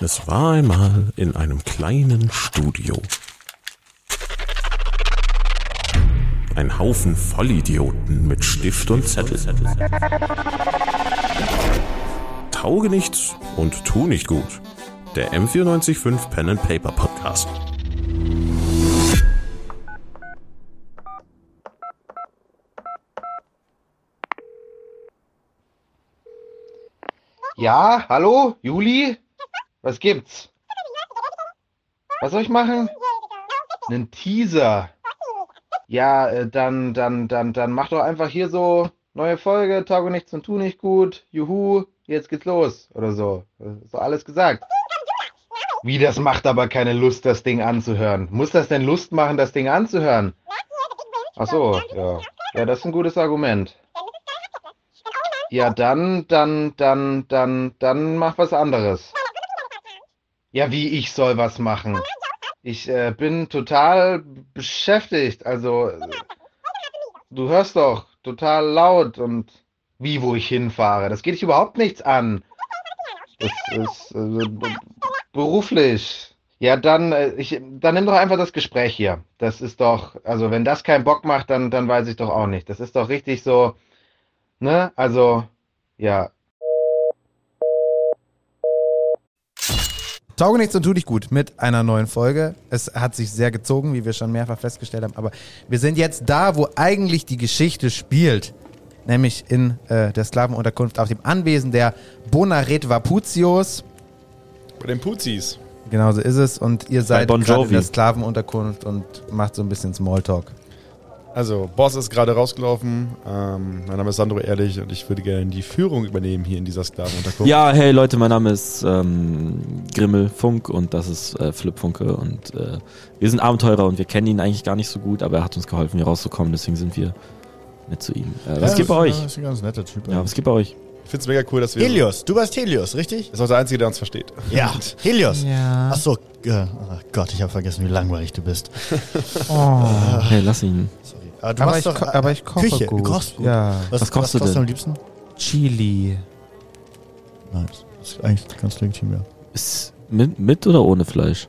Es war einmal in einem kleinen Studio. Ein Haufen Vollidioten mit Stift und Zettel. Tauge nichts und tu nicht gut. Der M945 Pen and Paper Podcast. Ja, hallo, Juli? Was gibt's? Was soll ich machen? Einen Teaser. Ja, äh, dann, dann, dann, dann mach doch einfach hier so neue Folge, tauge nichts und tu nicht gut, juhu, jetzt geht's los oder so. Äh, So alles gesagt. Wie, das macht aber keine Lust, das Ding anzuhören. Muss das denn Lust machen, das Ding anzuhören? Ach so, ja. Ja, das ist ein gutes Argument. Ja, dann, dann, dann, dann, dann mach was anderes. Ja, wie ich soll was machen. Ich äh, bin total beschäftigt. Also, äh, du hörst doch total laut und wie, wo ich hinfahre. Das geht dich überhaupt nichts an. Das ist äh, be- beruflich. Ja, dann, äh, ich, dann nimm doch einfach das Gespräch hier. Das ist doch, also wenn das keinen Bock macht, dann, dann weiß ich doch auch nicht. Das ist doch richtig so, ne? Also, ja. Tauge nichts und tu dich gut mit einer neuen Folge. Es hat sich sehr gezogen, wie wir schon mehrfach festgestellt haben. Aber wir sind jetzt da, wo eigentlich die Geschichte spielt. Nämlich in äh, der Sklavenunterkunft auf dem Anwesen der Bonaret Vaputius. Bei den Puzis. Genau so ist es. Und ihr seid Bon gerade Jovi. in der Sklavenunterkunft und macht so ein bisschen Smalltalk. Also, Boss ist gerade rausgelaufen. Ähm, mein Name ist Sandro Ehrlich und ich würde gerne die Führung übernehmen hier in dieser Sklavenunterkunft. Ja, hey Leute, mein Name ist ähm, Grimmel Funk und das ist äh, Philipp Funke und äh, wir sind Abenteurer und wir kennen ihn eigentlich gar nicht so gut, aber er hat uns geholfen, hier rauszukommen, deswegen sind wir nett zu ihm. Äh, was geht bei euch? Das ist ein ganz netter Typ. Ja, was geht bei euch? Ich finde es mega cool, dass wir. Helios, du warst Helios, richtig? Ist auch der Einzige, der uns versteht. Ja, Helios. Ja. Achso, äh, oh Gott, ich habe vergessen, wie langweilig du bist. äh, Hey, lass ihn. Sorry. Aber du Oh, Aber, machst ich, doch, ko- äh, aber ich koche Küche. gut. Du kochst gut. Ja. Was kochst du was denn? am liebsten? Chili. Nice. Das ist eigentlich ganz legitim, ja. Ist mit, mit oder ohne Fleisch?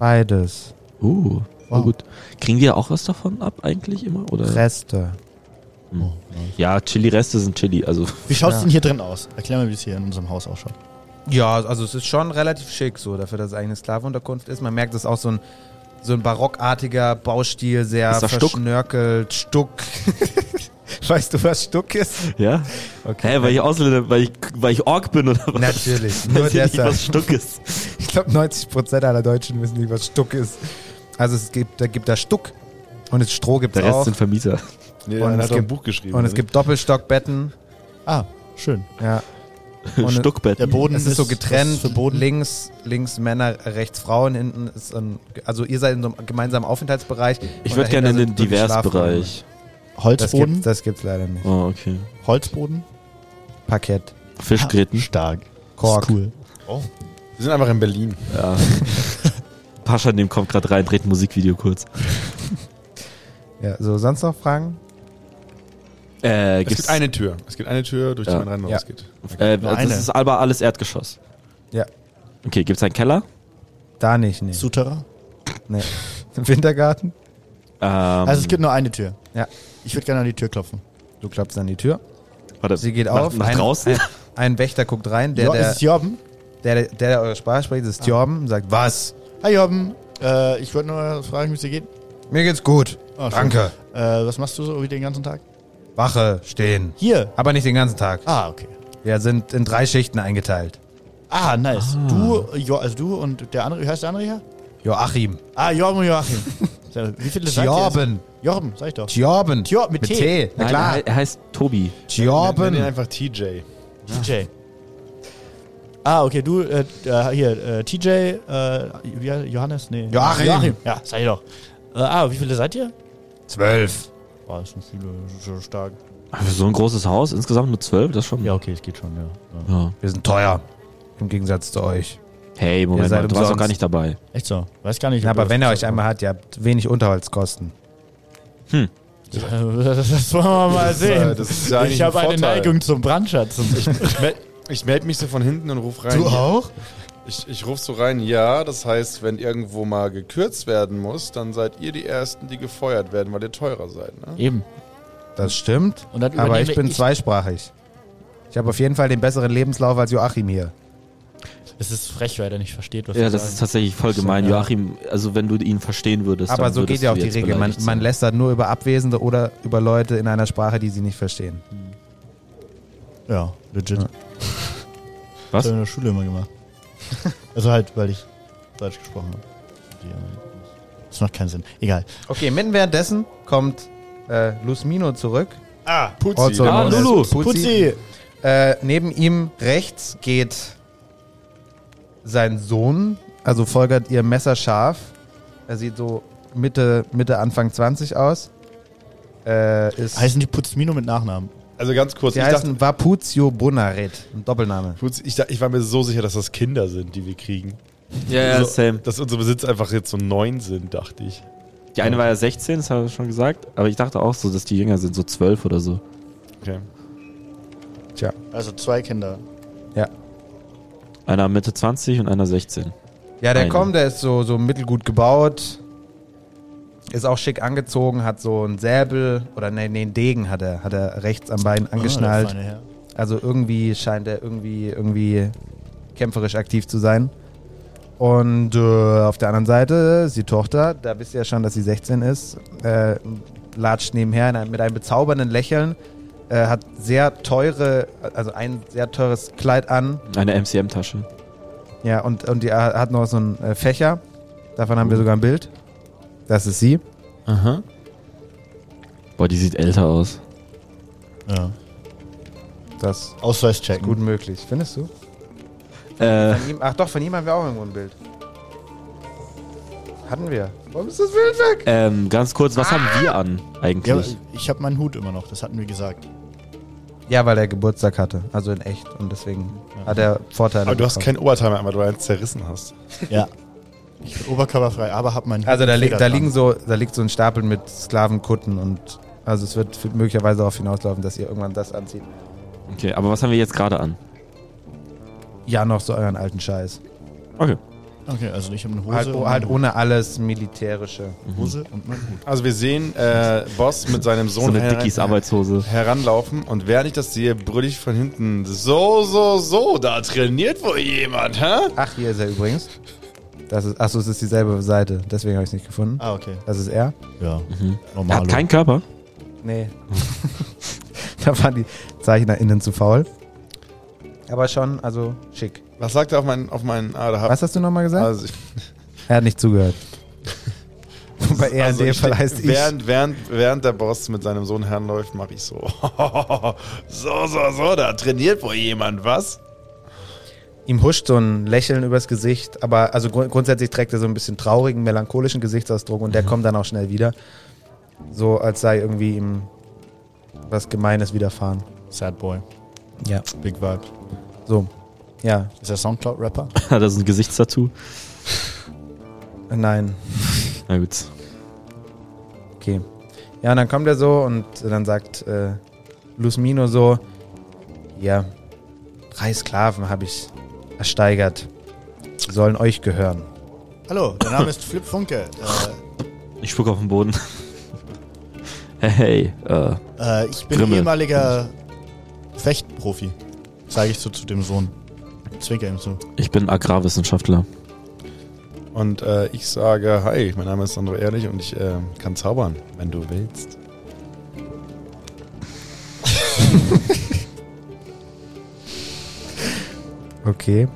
Beides. Uh, voll Wow. gut. Kriegen wir auch was davon ab eigentlich immer? Oder? Reste. Hm. Oh, nice. Ja, Chili-Reste sind Chili, also Wie schaut's Ja. denn hier drin aus? Erklär mal, wie es hier in unserem Haus ausschaut. Ja, also es ist schon relativ schick so, dafür, dass es eigentlich eine Sklavenunterkunft ist. Man merkt, es ist auch so ein, so ein barockartiger Baustil, sehr Ist das Stuck? verschnörkelt. Stuck. weißt du, was Stuck ist? Ja? Okay. Hä, weil ich Ausländer, weil ich, weil ich Ork bin oder was? Natürlich, nur Nur ich nicht, deshalb. was Stuck ist. Ich glaube, 90% aller Deutschen wissen nicht, was Stuck ist. Also es gibt, da gibt da Stuck und es Stroh gibt Der es Rest auch. sind Vermieter. Nee, Und der es hat doch ein gibt- Buch geschrieben. Und es ne? gibt Doppelstockbetten. Ah, schön. Ja. Und- Stuckbett. Der Boden Es ist so was getrennt, Für Boden. links, links Männer, rechts Frauen, hinten ist ein, also ihr seid in so einem gemeinsamen Aufenthaltsbereich. Ich Und würde dahinter gerne in den sind so die Schlafräume. Diversbereich. Das Holzboden. gibt's, das gibt's leider nicht. Oh, okay. Holzboden. Parkett. Ah, Fischgräten. Stark. Kork. Ist cool. wir sind einfach in Berlin. Ja. Pascha, dem kommt gerade rein, dreht ein Musikvideo kurz. Ja, so, sonst noch Fragen? Es Äh, gibt gibt's, eine Tür. Es gibt eine Tür, durch die Ja. man rein und Ja. rausgeht. äh, Nur das eine. ist aber alles Erdgeschoss. Ja. Okay, gibt's einen Keller? Da nicht, nee. Souterrain. nee. Im Wintergarten? Ähm, Also es gibt nur eine Tür. Ja. Ich würde gerne an die Tür klopfen. Du klopfst an die Tür. warte, Sie geht nach, auf. Nach ein, draußen? Ein, ein Wächter guckt rein, der, jo, der, ist es Jobben? der, der, der eure Sprache spricht, ist Jorben, sagt, was? Hi Jobben. Äh, ich wollte nur fragen, wie es dir geht. Mir geht's gut. Ah, schön. Danke. Äh, was machst du so wie den ganzen Tag? Wache, stehen. Hier. Aber nicht den ganzen Tag. Ah, okay. Wir sind in drei Schichten eingeteilt. Ah, nice. Du, jo, also du und der andere, wie heißt der andere hier? Joachim. Ah, Jorben und Joachim. Sehr- wie viele sagt ihr jetzt? Jorben. Jorben, sag ich doch. Jorben. Tjob mit Mit T. T. Na klar. Nein, er he- er heißt Tobi. Nenn ihn Jorben. einfach TJ. TJ. Ah, okay, du, äh, äh, hier, äh, TJ, äh, wie heißt- Johannes? Nee. Joachim. Ja, sag ich doch. Äh, ah, wie viele seid ihr? Zwölf. Oh, das sind viele, so stark. Für so ein großes Haus, insgesamt nur zwölf, das ist schon. Ja, okay, es geht schon, ja. ja. Ja. Wir sind teuer. Im Gegensatz zu euch. Hey, Moment seid mal, du warst umsonst. doch gar nicht dabei. Echt so, weiß gar nicht. Na, ob aber du wenn ihr das- euch einmal hat, ihr habt wenig Unterhaltskosten. das wollen wir mal sehen. äh, das ist ja eigentlich ich habe ein eine Vorteil. Neigung zum Brandschatz. Ich meld mich so von hinten und ruf rein. auch? Ich, ich rufe so rein, ja, das heißt, wenn irgendwo mal gekürzt werden muss, dann seid ihr die Ersten, die gefeuert werden, weil ihr teurer seid, ne? Eben. Das stimmt. Und dann aber ich übernehme bin ich- zweisprachig. Ich habe auf jeden Fall den besseren Lebenslauf als Joachim hier. Es ist frech, weil er nicht versteht, was Ja, wir das sagen. ist tatsächlich voll gemein. Ja. Joachim, also wenn du ihn verstehen würdest. Aber dann so würdest geht ja du auch die jetzt Regel. Man, beleidigt man sein. lässt das nur über Abwesende oder über Leute in einer Sprache, die sie nicht verstehen. ja, legit. Ja. Das habe Was? ich in der Schule immer gemacht. also halt, weil ich Deutsch gesprochen habe. Die anderen nicht. Das macht keinen Sinn. Egal. Okay, mitten währenddessen kommt äh, Luzmino zurück. Ah, Putzi. Also Ah, known as Lulu. Putzi. Äh, neben ihm rechts geht sein Sohn, also folgert ihr Messer scharf. Er sieht so Mitte, Mitte Anfang 20 aus. Äh, ist, Heißen die Putzmino mit Nachnamen? Also ganz kurz, sie ich dachte, heißen Vapuzio Bonaret, ein Doppelname. Putzi, ich, dachte- ich war mir so sicher, dass das Kinder sind, die wir kriegen. Ja, ja, so, same. Dass unsere Besitz einfach jetzt so neun sind, dachte ich. Die eine war ja 16, das hat er schon gesagt. Aber ich dachte auch so, dass die jünger sind, so 12 oder so. Okay. Also zwei Kinder. Einer Mitte 20 und einer 16. Ja, der Eine. kommt, der ist so, so mittelgut gebaut. Ist auch schick angezogen, hat so einen Säbel oder nee, nee, einen Degen hat er, hat er rechts am Bein angeschnallt. Ah, der feine Herr. Also irgendwie scheint er irgendwie, irgendwie kämpferisch aktiv zu sein. Und äh, auf der anderen Seite ist die Tochter, da wisst ihr ja schon, dass sie 16 ist, äh, latscht nebenher in einem, mit einem bezaubernden Lächeln, äh, hat sehr teure, also ein sehr teures Kleid an, Eine MCM-Tasche. ja, und, und die äh, hat noch so einen äh, Fächer, davon haben wir sogar ein Bild. Das ist sie. Aha. Boah, die sieht älter aus. Ja. Das ist Ausweis checken. gut möglich, findest du? Äh, Von ihm, ach doch, von ihm haben wir auch irgendwo ein Bild. Hatten wir. Warum ist das Bild weg? ähm, ganz kurz, was haben wir an Ja, eigentlich? ich habe meinen Hut immer noch, das hatten wir gesagt. Ja, weil er Geburtstag hatte, also in echt. Und deswegen hat er Vorteile. Aber du hast bekommen. kein Oberteil mehr, einmal, weil du eins zerrissen hast. Ja. Ich bin oberkörperfrei, aber hab meinen Also da, li liegt da, liegen so, da liegt so ein Stapel mit Sklavenkutten und also es wird möglicherweise darauf hinauslaufen, dass ihr irgendwann das anzieht. Okay, aber was haben wir jetzt gerade an? Ja, noch so euren alten Scheiß. Okay. Okay, also ich habe eine Hose. Halt, und halt meine ohne alles Militärische. Hose und meinen Hut. Also wir sehen äh, Boss mit seinem So Sohn eine her- Dickies Arbeitshose. heranlaufen und während ich das sehe, brüll ich von hinten so, so, so, da trainiert wohl jemand, hä? Ach, hier ist er übrigens. Das ist, achso, es ist dieselbe Seite, deswegen habe ich es nicht gefunden. Ah, okay. Das ist er. Ja. Er Normal. hat keinen Körper. Nee. da waren die ZeichnerInnen zu faul. Aber schon, also schick. Was sagt er auf meinen, auf meinen, ah, da hab, Was hast du nochmal gesagt? also ich, er hat nicht zugehört. Wobei E er in dem Fall steh- heißt Also ich. also während, Während, während der Boss mit seinem Sohn heranläuft, mache ich so, so, so, so, da trainiert wohl jemand, was? Ihm huscht so ein Lächeln übers Gesicht, aber also grund grundsätzlich trägt er so ein bisschen traurigen, melancholischen Gesichtsausdruck und der kommt dann auch schnell wieder. So als sei irgendwie ihm was Gemeines widerfahren. Sad Boy. Ja. Big Vibe. So. Ja, Ist er Soundcloud-Rapper? Hat er so ein Gesichtstattoo? nein. Na gut. Okay. Ja, und dann kommt er so und dann sagt äh, Luzmino so, ja, drei Sklaven habe ich ersteigert. Sollen euch gehören. Hallo, der Name ist Flip Funke. Äh, Ich spucke auf den Boden. hey, hey, äh, äh, ich bin Grimme. ehemaliger Fechtprofi. Sage ich so zu dem Sohn. Zwinker ihm zu. ich bin Agrarwissenschaftler. Und äh, ich sage, hi, mein Name ist Sandro Ehrlich und ich äh, kann zaubern, wenn du willst. Okay.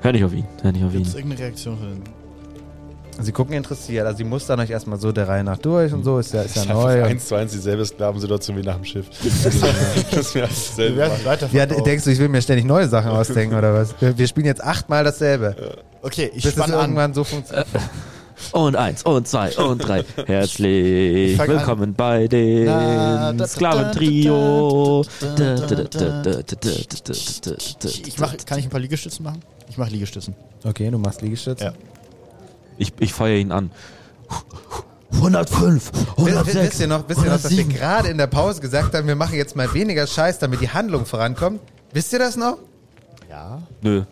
Hör nicht auf ihn, hör nicht auf Gibt es ihn. irgendeine Reaktion von den. Sie gucken interessiert, also sie mustern euch erstmal so der Reihe nach durch und so, ist ja, ist ja Das ist einfach neu. Und, eins zu eins dieselbe Sklavensituation wie nach dem Schiff. das wäre dasselbe. machen. weiter. ja, d- denkst du, ich will mir ständig neue Sachen ausdenken oder was? Wir, wir spielen jetzt achtmal dasselbe, Okay, ich bis es spann an. irgendwann so funktioniert. Und eins, und zwei, und drei. Herzlich Ich fang an. willkommen bei den Sklaventrio. Ich, ich mach, kann ich ein paar Liegestützen machen? Ich mache Liegestützen. Okay, du machst Liegestütz. Ja. Ich, ich feuer ihn an. 105, Wisst, 106, wisst ihr noch, wisst ihr noch dass wir 107. gerade in der Pause gesagt haben, wir machen jetzt mal weniger Scheiß, damit die Handlung vorankommt? Wisst ihr das noch? Ja. Nö.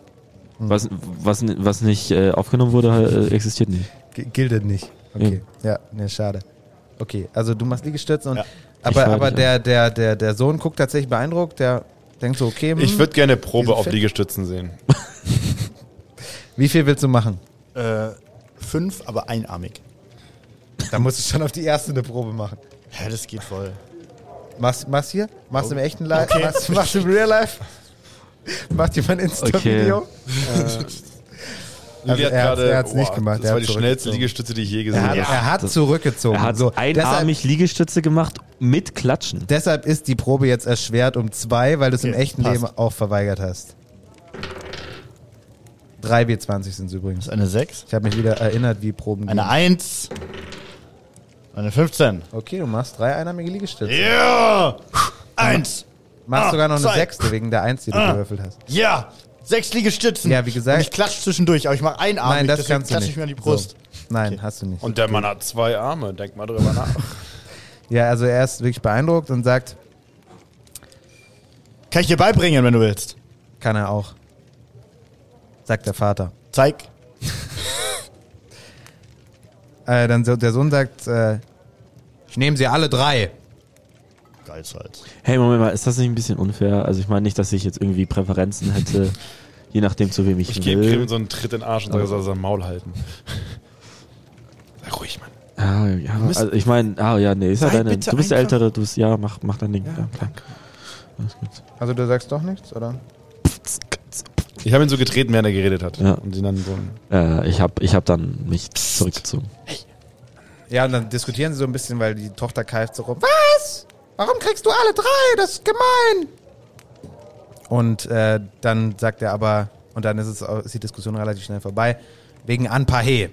Was, was, was nicht äh, aufgenommen wurde, äh, existiert nicht. G gildet nicht. Okay. Ja, ne, schade. Okay, also du machst Liegestütze und Ja. aber, Ich war aber nicht, der, der, der, der Sohn guckt tatsächlich beeindruckt, der denkt so, okay, hm, Ich würde gerne Probe Diesen auf Fett- Liegestützen sehen. wie viel willst du machen? Äh, fünf, aber einarmig. Da musst du schon auf die erste eine Probe machen. Ja, das geht voll. Machst, machst hier? Machst du im echten Live? Machst, machst du im Real Life? Macht jemand Insta-Video? Äh. Also Lilly er hat's- er hat's nicht boah, gemacht, Das er war hat die schnellste zurückgezogen. Liegestütze, die ich je gesehen Er hat, habe. er hat zurückgezogen. Er hat so. deshalb, einarmig Liegestütze gemacht mit Klatschen. deshalb ist die Probe jetzt erschwert um zwei, weil du es im Okay, echten passt. Leben auch verweigert hast. 3 W20 sind es übrigens. Das ist eine sechs, Ich habe mich wieder erinnert, wie Proben eine gehen. eins, eine 15. Okay, du machst drei einarmige Liegestütze. Ja! Eins! Machst Ah, sogar noch eine zwei. sechste wegen der Eins, die Ah. du gewürfelt hast. Ja! Sechs Liegestützen! Ja, wie gesagt- Und ich klatsche zwischendurch, aber ich mache einarmig, Nein, das deswegen kannst du klatsche nicht. ich mir an die Brust. So. Nein, hast du nicht. Und der Mann hat zwei Arme, denk mal drüber nach. Ja, also er ist wirklich beeindruckt und sagt, Kann ich dir beibringen, wenn du willst. kann er auch. Sagt der Vater. Zeig. Äh, dann so, der Sohn sagt, äh, ich nehme sie alle drei. Geizhals. Hey, Moment mal, ist das nicht ein bisschen unfair? Also ich meine nicht, dass ich jetzt irgendwie Präferenzen hätte, je nachdem zu wem ich, Ich gebe will. Krim so einen Tritt in den Arsch und sage, er soll sein Maul halten. Sei ruhig, Mann. ah, ja, also ich meine, ah ja, nee, ist ja Sei deine. bitte Du bist der einfach- Ältere, du bist, ja, mach, mach dein Ding. Ja, klar. Alles gut. Also du sagst doch nichts, oder? Ich habe ihn so getreten, während er geredet hat. Ja. Und ihn dann so. Äh, ich habe ich hab dann mich zurückgezogen. Ja, und dann diskutieren sie so ein bisschen, weil die Tochter keift so rum. Was? Warum kriegst du alle drei? Das ist gemein. Und äh, dann sagt er aber, und dann ist, es, auch- ist die Diskussion relativ schnell vorbei, wegen Anpahe.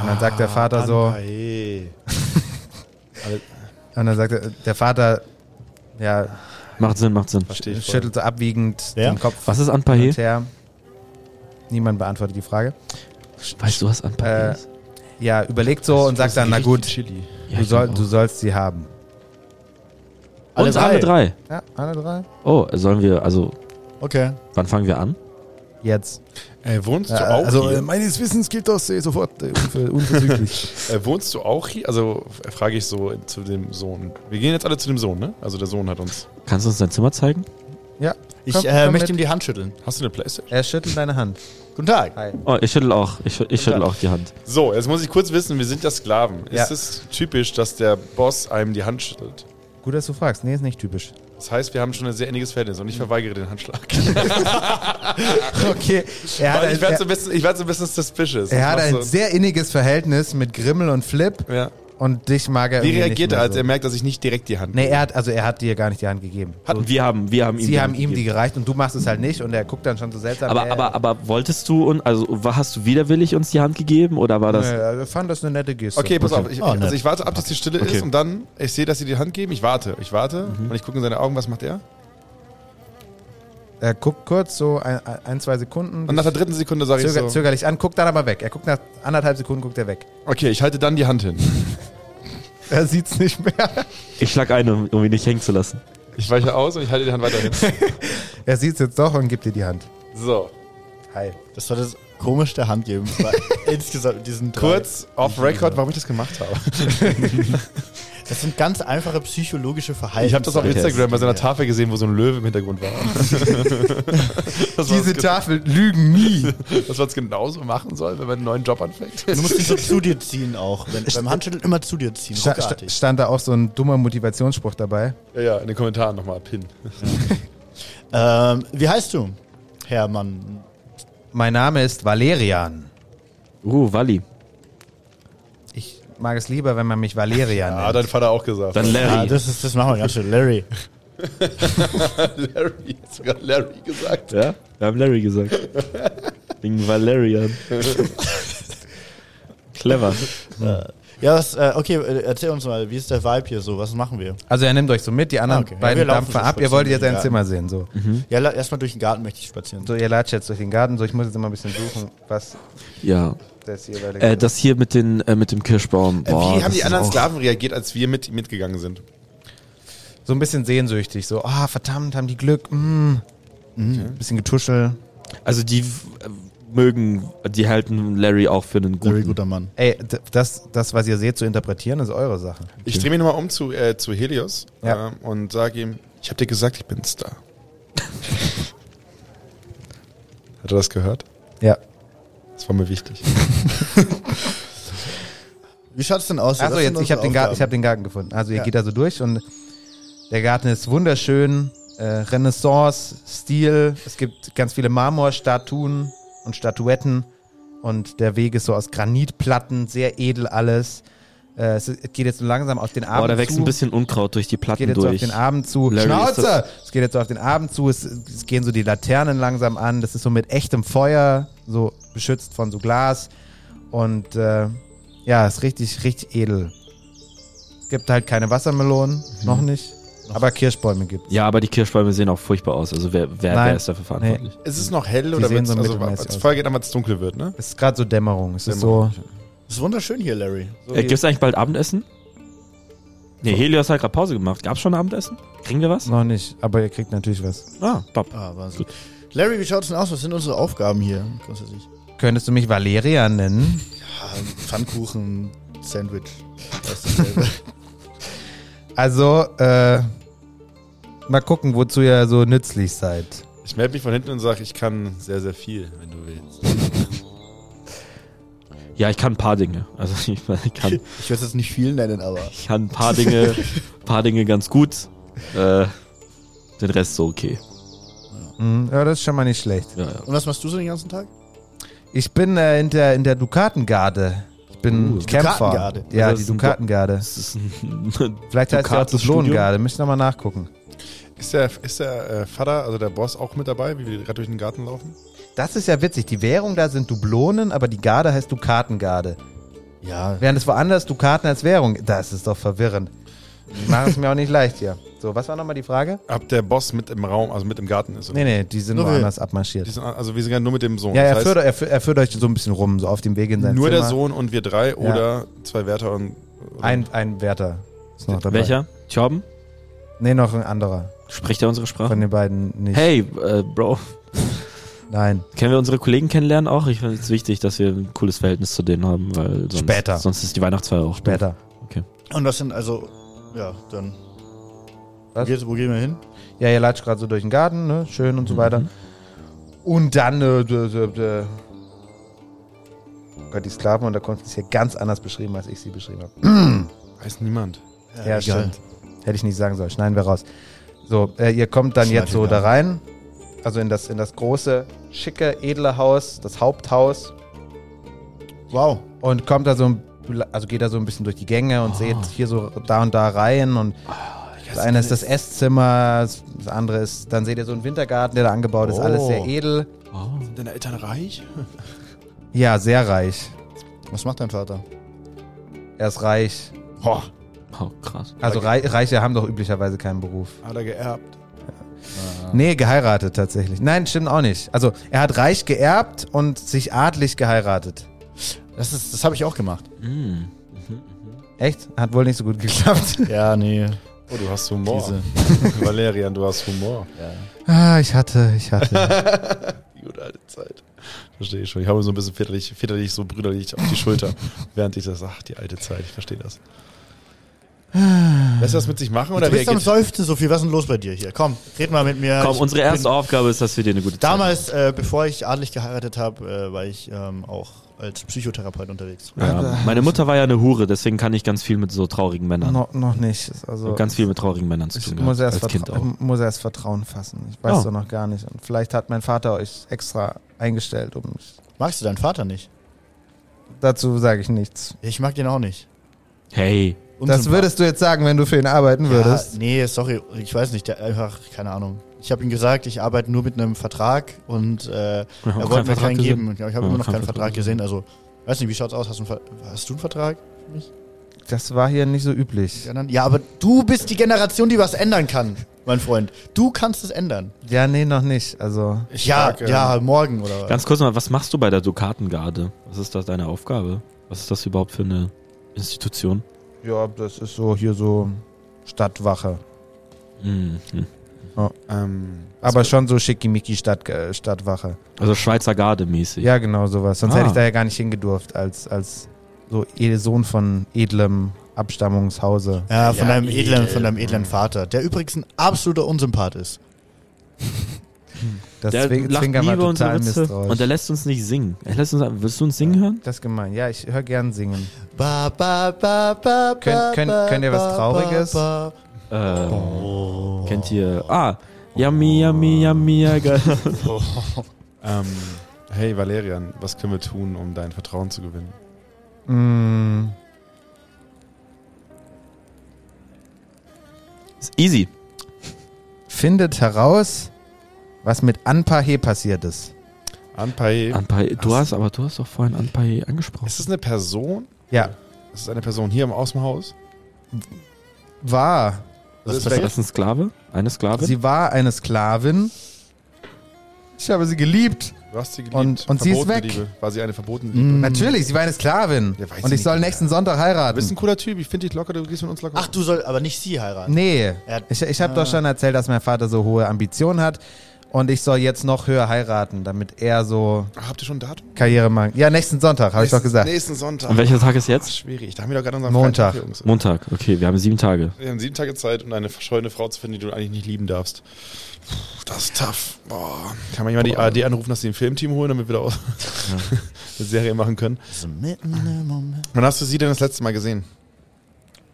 Und dann sagt der Vater so, Hey. und dann sagt der, der Vater, ja, Macht Sinn, macht Sinn. Verstehe ich. voll. schüttelt so abwiegend Ja? den Kopf Was ist hin Anpahe? und her. Niemand beantwortet die Frage. Weißt du, was Anpahe Äh, ist? Ja, überlegt so und sagt dann, na gut, Chili. Ja, du, ich soll, glaub du auch. sollst sie haben. Alle Alle Uns alle drei. Ja, alle drei. Oh, sollen wir, also, Okay. wann fangen wir an? Jetzt. Äh, wohnst Äh, du auch also, hier? äh, meines Wissens gilt das äh, sofort äh, unver- unverzüglich. Äh, wohnst du auch hier? Also f- frage ich so zu dem Sohn. Wir gehen jetzt alle zu dem Sohn, ne? Also der Sohn hat uns. Kannst du uns dein Zimmer zeigen? ja. Ich komm, äh, komm möchte mit. ihm die Hand schütteln. Hast du eine Playstation? Er schüttelt deine Hand. Guten Tag. Hi. Oh, ich schüttel auch. Ich, schü- ich schüttel auch die Hand. So, jetzt muss ich kurz wissen, wir sind ja Sklaven. Ja. Ist es typisch, dass der Boss einem die Hand schüttelt? Gut, dass du fragst. Nee, ist nicht typisch. Das heißt, wir haben schon ein sehr inniges Verhältnis und ich verweigere den Handschlag. Okay. Er hat Weil ein, ich werde so er, ein bisschen, ich werd so ein bisschen suspicious. er hat Ich mach ein sehr inniges Verhältnis mit Grimmel und Flip so, ja. und dich mag er Wie irgendwie reagiert nicht er, mehr als so. er merkt, dass ich nicht direkt die Hand Nee, er hat, also er hat dir gar nicht die Hand gegeben. Hatten wir haben, wir haben ihm Sie haben ihm die gegeben. gereicht und du machst es halt nicht und er guckt dann schon so seltsam. aber, äh, aber, aber wolltest du und also wa- hast du widerwillig uns die Hand gegeben oder war das? Nö, wir fanden das eine nette Geste. Okay, pass auf. Ich, Ah, nett. also ich warte ab, dass die Stille Okay. ist und dann, ich sehe, dass sie die Hand geben. Ich warte, ich warte und ich gucke in seine Augen, was macht er? Er guckt kurz so ein, ein zwei Sekunden. Und nach der dritten Sekunde sage ich Zöger, so, Zögerlich an, guckt dann aber weg. Er guckt nach anderthalb Sekunden, guckt er weg. okay, ich halte dann die Hand hin. Er sieht's nicht mehr. Ich schlag ein, um, um ihn nicht hängen zu lassen. Ich weiche aus und ich halte die Hand weiter hin. Er sieht's jetzt doch und gibt dir die Hand. So, Hi. Das war das komischste Handgeben. bei- insgesamt diesen drei. kurz off record, warum ich das gemacht habe. Das sind ganz einfache psychologische Verhalten. Ich habe das auf Instagram bei so einer Tafel gesehen, wo so ein Löwe im Hintergrund war. das Diese Tafel. Tafel lügen nie. Dass man es genauso machen soll, wenn man einen neuen Job anfängt. Du musst dich so zu dir ziehen auch. Wenn, beim Handschütteln immer zu dir ziehen. Sta sta- Ruckartig. stand da auch so ein dummer Motivationsspruch dabei. Ja, ja, in den Kommentaren nochmal pin. Ähm, wie heißt du, Herr Mann? Mein Name ist Valerian. Uh, Wally. Ich mag es lieber, wenn man mich Valerian Ah, nennt. dein Vater auch gesagt. Dann Ja, Larry. das, ist, das machen wir ganz schön. Larry. Larry, hat sogar Larry gesagt. ja, wir haben Larry gesagt. Wegen Valerian. Clever. Ja, was, äh, okay, äh, erzähl uns mal, wie ist der Vibe hier so? Was machen wir? Also er nimmt euch so mit, die anderen Ah, okay. Ja, wir beiden laufen dampfen jetzt ab. Ihr trotzdem wolltet jetzt durch den Mhm. ein Zimmer sehen. So. Ja, la- erstmal durch den Garten möchte ich spazieren. so, ihr latscht jetzt durch den Garten. So, ich muss jetzt immer ein bisschen suchen, was Ja. das hier Äh, das hier mit, den, äh, mit dem Kirschbaum. Boah, Wie haben das die ist anderen auch- Sklaven reagiert, als wir mit, mitgegangen sind? Mhm. So ein bisschen sehnsüchtig. So, ah, verdammt, haben die Glück. Mm. Bisschen Getuschel. Also die äh, mögen, die halten Larry auch für einen Larry, guten. guter Mann. Ey, d- das, das, was ihr seht, zu interpretieren, ist eure Sache. Ich drehe mich nochmal um zu, äh, zu Helios Ja. ähm, und sage ihm, ich habe dir gesagt, ich bin Star. Hat er das gehört? Ja. Das war mir wichtig. Wie schaut's denn aus? Achso, Das sind jetzt, ich unsere habe den, Gar- ich Aufgaben. hab den Garten gefunden. Also ihr Ja. geht da so durch und der Garten ist wunderschön, äh, Renaissance-Stil. Es gibt ganz viele Marmorstatuen und Statuetten und der Weg ist so aus Granitplatten, sehr edel alles. Äh, es ist- es geht jetzt so langsam auf den Boah, Abend da wächst zu. ein bisschen Unkraut durch die Es geht Platten jetzt so auf durch. den Abend zu. Larry, ist Schnauze! das- Es geht jetzt so auf den Abend zu. Es, es gehen so die Laternen langsam an. Das ist so mit echtem Feuer, so beschützt von so Glas. Und äh, ja, ist richtig, richtig edel. Es gibt halt keine Wassermelonen, Mhm. noch nicht. Aber Kirschbäume gibt Ja, aber die Kirschbäume sehen auch furchtbar aus. Also wer, wer, Nein. wer ist dafür verantwortlich? Ist es noch hell oder sehen wird's, so also, mittelmäßig als aus. Feuer geht, aber es dunkel wird, ne? Es ist gerade so Dämmerung. Es ist so. Dämmerung. Ist wunderschön hier, Larry. Äh, Gibt es eigentlich bald Abendessen? Nee, Helios hat gerade Pause gemacht. Gab es schon Abendessen? Kriegen wir was? Noch nicht, aber ihr kriegt natürlich was. Ah, top. Ah, Wahnsinn. Larry, wie schaut's denn aus? Was sind unsere Aufgaben hier? Grundsätzlich. Könntest du mich Valeria nennen? Ah, Pfannkuchen, Sandwich. Weißt du selber. Also, äh, mal gucken, wozu ihr so nützlich seid. Ich melde mich von hinten und sage, ich kann sehr, sehr viel, wenn du willst. Ja, ich kann ein paar Dinge. Also ich, ich kann, ich werde jetzt nicht viel nennen, aber. ich kann ein paar Dinge, paar Dinge ganz gut. Äh, den Rest so okay. Hm, ja, das ist schon mal nicht schlecht. Ja, ja. Und was machst du so den ganzen Tag? Ich bin äh, in, der, in der Dukatengarde. Ich bin Uh, Kämpfer. Dukatengarde. Ja, Also das die ist ein Dukatengarde. Das ist ein Vielleicht heißt sie auch Dukatenstudium? Dublonengarde. Müssen wir mal nachgucken. Ist der, ist der äh, Vater, also der Boss, auch mit dabei, wie wir gerade durch den Garten laufen? Das ist ja witzig. Die Währung da sind Dublonen, aber die Garde heißt Dukatengarde. Ja. Während es woanders Dukaten als Währung. Das ist doch verwirrend. Die machen es mir auch nicht leicht hier. So, was war nochmal die Frage? Ob der Boss mit im Raum, also mit im Garten ist? oder? Nee, nee, die sind Nur wir. woanders Die abmarschiert. sind, also wir sind ja nur mit dem Sohn. Ja, er das führt, heißt, er, führt, er führt euch so ein bisschen rum, so auf dem Weg in sein nur Zimmer. der Sohn und wir drei oder zwei Wärter und... Oder Ein, ein Wärter ist noch dabei. Welcher? Tjorben? Nee, noch ein anderer. Spricht er unsere Sprache? Von den beiden nicht. Hey, äh, Bro, Nein. können wir unsere Kollegen kennenlernen auch? Ich finde es wichtig, dass wir ein cooles Verhältnis zu denen haben, weil sonst, Später. sonst ist die Weihnachtsfeier auch doof. Später. Und was sind also. Ja, dann. Wo, Was? geht's, wo gehen wir hin? Ja, ihr latscht gerade so durch den Garten, ne? schön und so weiter. Und dann, äh, d, d, d. Gott, die Sklavenunterkunft ist hier ganz anders beschrieben, als ich sie beschrieben habe. Weiß niemand. Ja, Äh, egal. stimmt. Hätte ich nicht sagen sollen. Schneiden wir raus. So, äh, ihr kommt dann Schneid jetzt so wieder. da rein. Also in das, in das große, schicke, edle Haus, das Haupthaus. Wow. Und kommt da so ein, also geht da so ein bisschen durch die Gänge und seht hier so da und da Reihen und Ah. das eine ist das Esszimmer, das- das andere ist, dann seht ihr so einen Wintergarten, der da angebaut ist, alles sehr edel. Sind deine Eltern reich? Ja, sehr reich. Was macht dein Vater? Er ist reich. Oh, krass. Also rei Reiche haben doch üblicherweise keinen Beruf. Hat er geerbt. Nee, geheiratet tatsächlich. Nein, stimmt auch nicht. Also er hat reich geerbt und sich adlig geheiratet. Das, ist- das habe ich auch gemacht. Echt? Hat wohl nicht so gut geklappt. Ja, nee. Oh, du hast Humor. Diese. Valerian, du hast Humor. Ah, ich hatte, ich hatte. Die gute alte Zeit. Verstehe ich schon. Ich habe so ein bisschen väterlich, väterlich so brüderlich auf die Schulter, während ich das, ach, die alte Zeit, ich verstehe das. Lässt du das mit sich machen oder du bist am reagiert? Seufzen, Sophie. Was ist denn los bei dir hier? Komm, red mal mit mir. Komm, Ich unsere erste bin- Aufgabe ist, dass wir dir eine gute Zeit Damals, äh, bevor ich adelig geheiratet habe, äh, war ich ähm, auch als Psychotherapeut unterwegs. Ja, meine Mutter war ja eine Hure, deswegen kann ich ganz viel mit so traurigen Männern. no, äh, noch nicht. Ist Also, Ganz viel mit traurigen Männern zu ich tun. muss gehabt, erst, als Kind Vertra- auch. ich muss erst Vertrauen fassen. Ich weiß Oh. doch noch gar nicht. Und vielleicht hat mein Vater euch extra eingestellt, um mich. Magst du deinen Vater nicht? Dazu sage ich nichts. Ich mag den auch nicht. Hey, Das würdest du jetzt sagen, wenn du für ihn arbeiten würdest. Ja, nee, sorry, ich weiß nicht, der einfach, keine Ahnung. Ich habe ihm gesagt, ich arbeite nur mit einem Vertrag und äh, er auch wollte mir keinen Vertrag keinen gesehen. geben. Und Ich habe Ja, immer keinen noch keinen Vertrag Vertrag gesehen. Also, weiß nicht, wie schaut's aus? Hast du einen, Ver hast du einen Vertrag? Das war hier nicht so üblich. Die anderen- Ja, aber du bist die Generation, die was ändern kann, mein Freund. Du kannst es ändern. Ja, nee, noch nicht. Also, ja, frag, äh, ähm, ja, morgen oder was? Ganz kurz mal, was machst du bei der Dukatengarde? Was ist das deine Aufgabe? Was ist das überhaupt für eine Institution? ja, das ist so hier so Stadtwache. Mhm. Ja. Ähm, Aber schon so schickimicki Stadt, äh, Stadtwache. Also Schweizer Garde mäßig. Ja, genau sowas. Sonst Ah. hätte ich da ja gar nicht hingedurft, als, als so Ede- Sohn von edlem Abstammungshause. Ja, von Ja, deinem edlen, edel. von deinem edlen Vater, der übrigens ein absoluter Unsympath ist. Das Der zwing- lacht nie zwingern wir über unsere total Witze misstrauisch. und der lässt uns nicht singen. Er lässt uns, willst du uns singen hören? das ist gemein. Ja, ich höre gern singen. Ba, ba, ba, ba, Könnt- könnt- ba, könnt ihr was ba, Trauriges? ba, ba. Ähm, Oh. Kennt ihr? Ah, yummy, yummy, yummy. Yaga. ähm, hey Valerian, was können wir tun, um dein Vertrauen zu gewinnen? Mm, Ist Easy. findet heraus, was mit Anpahe passiert ist. Anpai. Anpai, du hast, aber du hast doch vorhin Anpai angesprochen. Ist es eine Person? Ja, Ist es eine Person hier im Außenhaus? war. Was ist Ist vielleicht- das ein Sklave? Eine Sklavin? Sie war eine Sklavin. Ich habe sie geliebt. Du hast sie geliebt. Und- und sie ist Verbotene weg. Liebe. War sie eine verbotene Liebe? Mm. Hm. Natürlich, sie war eine Sklavin. Ja, weiß und ich ich soll nicht. nächsten Sonntag Du bist ein heiraten. cooler Typ. Ich finde dich locker. Du gehst mit uns locker. Ach, du sollst aber nicht sie heiraten. Nee, Er hat- ich, ich habe Ah. doch schon erzählt, dass mein Vater so hohe Ambitionen hat. Und ich soll jetzt noch höher heiraten, damit er so Ah, habt ihr schon ein Datum? Karriere macht. Ja, nächsten Sonntag, habe ich doch Nächsten- gesagt. Nächsten Sonntag. Und welcher Tag ist Ach, jetzt? schwierig. Da haben wir doch gerade unseren Montag. Freitag, Jungs. Montag. Okay, wir haben sieben Tage. Wir haben sieben Tage Zeit, um eine verschollene Frau zu finden, die du eigentlich nicht lieben darfst. Puh, Das ist tough. Boah. Kann man jemand die ARD anrufen, dass sie ein Filmteam holen, damit wir da auch eine Serie machen können? So mitten im Moment. Wann hast du sie denn das letzte Mal gesehen?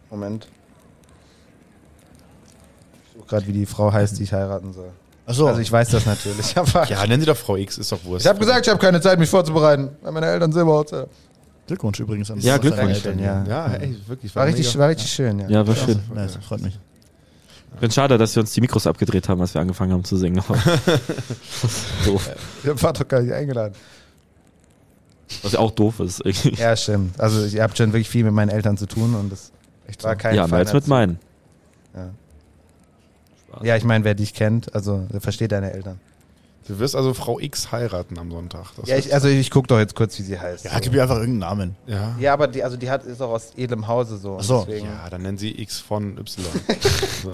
Moment. Ich suche gerade, wie die Frau heißt, die ich heiraten soll. Achso, Also ich weiß das natürlich. Aber Ja, nennen sie doch Frau X, ist doch Wurst. ich habe gesagt, ich habe keine Zeit, mich vorzubereiten. Weil meine Eltern äh, Silberhochzeit. Glückwunsch übrigens an Ja, an deine Glückwunsch. Eltern. Ja. Ja, ey, wirklich. War richtig, mega. war richtig schön, ja. Ja, war schön. Nice, freut mich. Ich bin schade, dass wir uns die Mikros abgedreht haben, als wir angefangen haben zu singen. Aber doof. Ihr wart doch gar nicht eingeladen. Was ja auch doof ist. irgendwie. Ja, stimmt. Also ihr habt schon wirklich viel mit meinen Eltern zu tun und das war kein Ja, mehr als feiner mit meinen. Zug. Ja, ich meine, wer dich kennt, also der versteht deine Eltern. Du wirst also Frau X heiraten am Sonntag. Das Ja, ist- ich, also ich guck doch jetzt kurz, wie sie heißt. Ja, gib ihr einfach irgendeinen Namen. ja. ja aber die, also die hat, ist auch aus edlem Hause so. Ach so. Deswegen, Ja, dann nennen sie X von Y. so.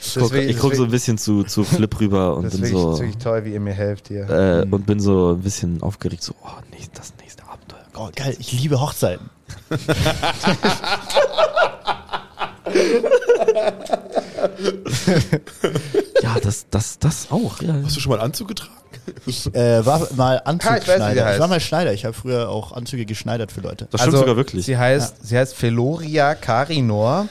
Ich guck, ich guck so ein bisschen zu, zu Flip rüber und das bin ist wirklich, das ist so wirklich toll, wie ihr mir helft hier. äh, und bin so ein bisschen aufgeregt. So, oh, nee, das nächste Abenteuer. Oh, geil, ich liebe Hochzeiten. Ja, das, das, das auch. Ja. Hast du schon mal einen Anzug getragen? Ich äh, war mal Ah, ich weiß, wie Anzugschneider. der ich, heißt. war mal Schneider. Ich habe früher auch Anzüge geschneidert für Leute. Das stimmt sogar wirklich. Also, Sie heißt, sie heißt Feloria Carinor.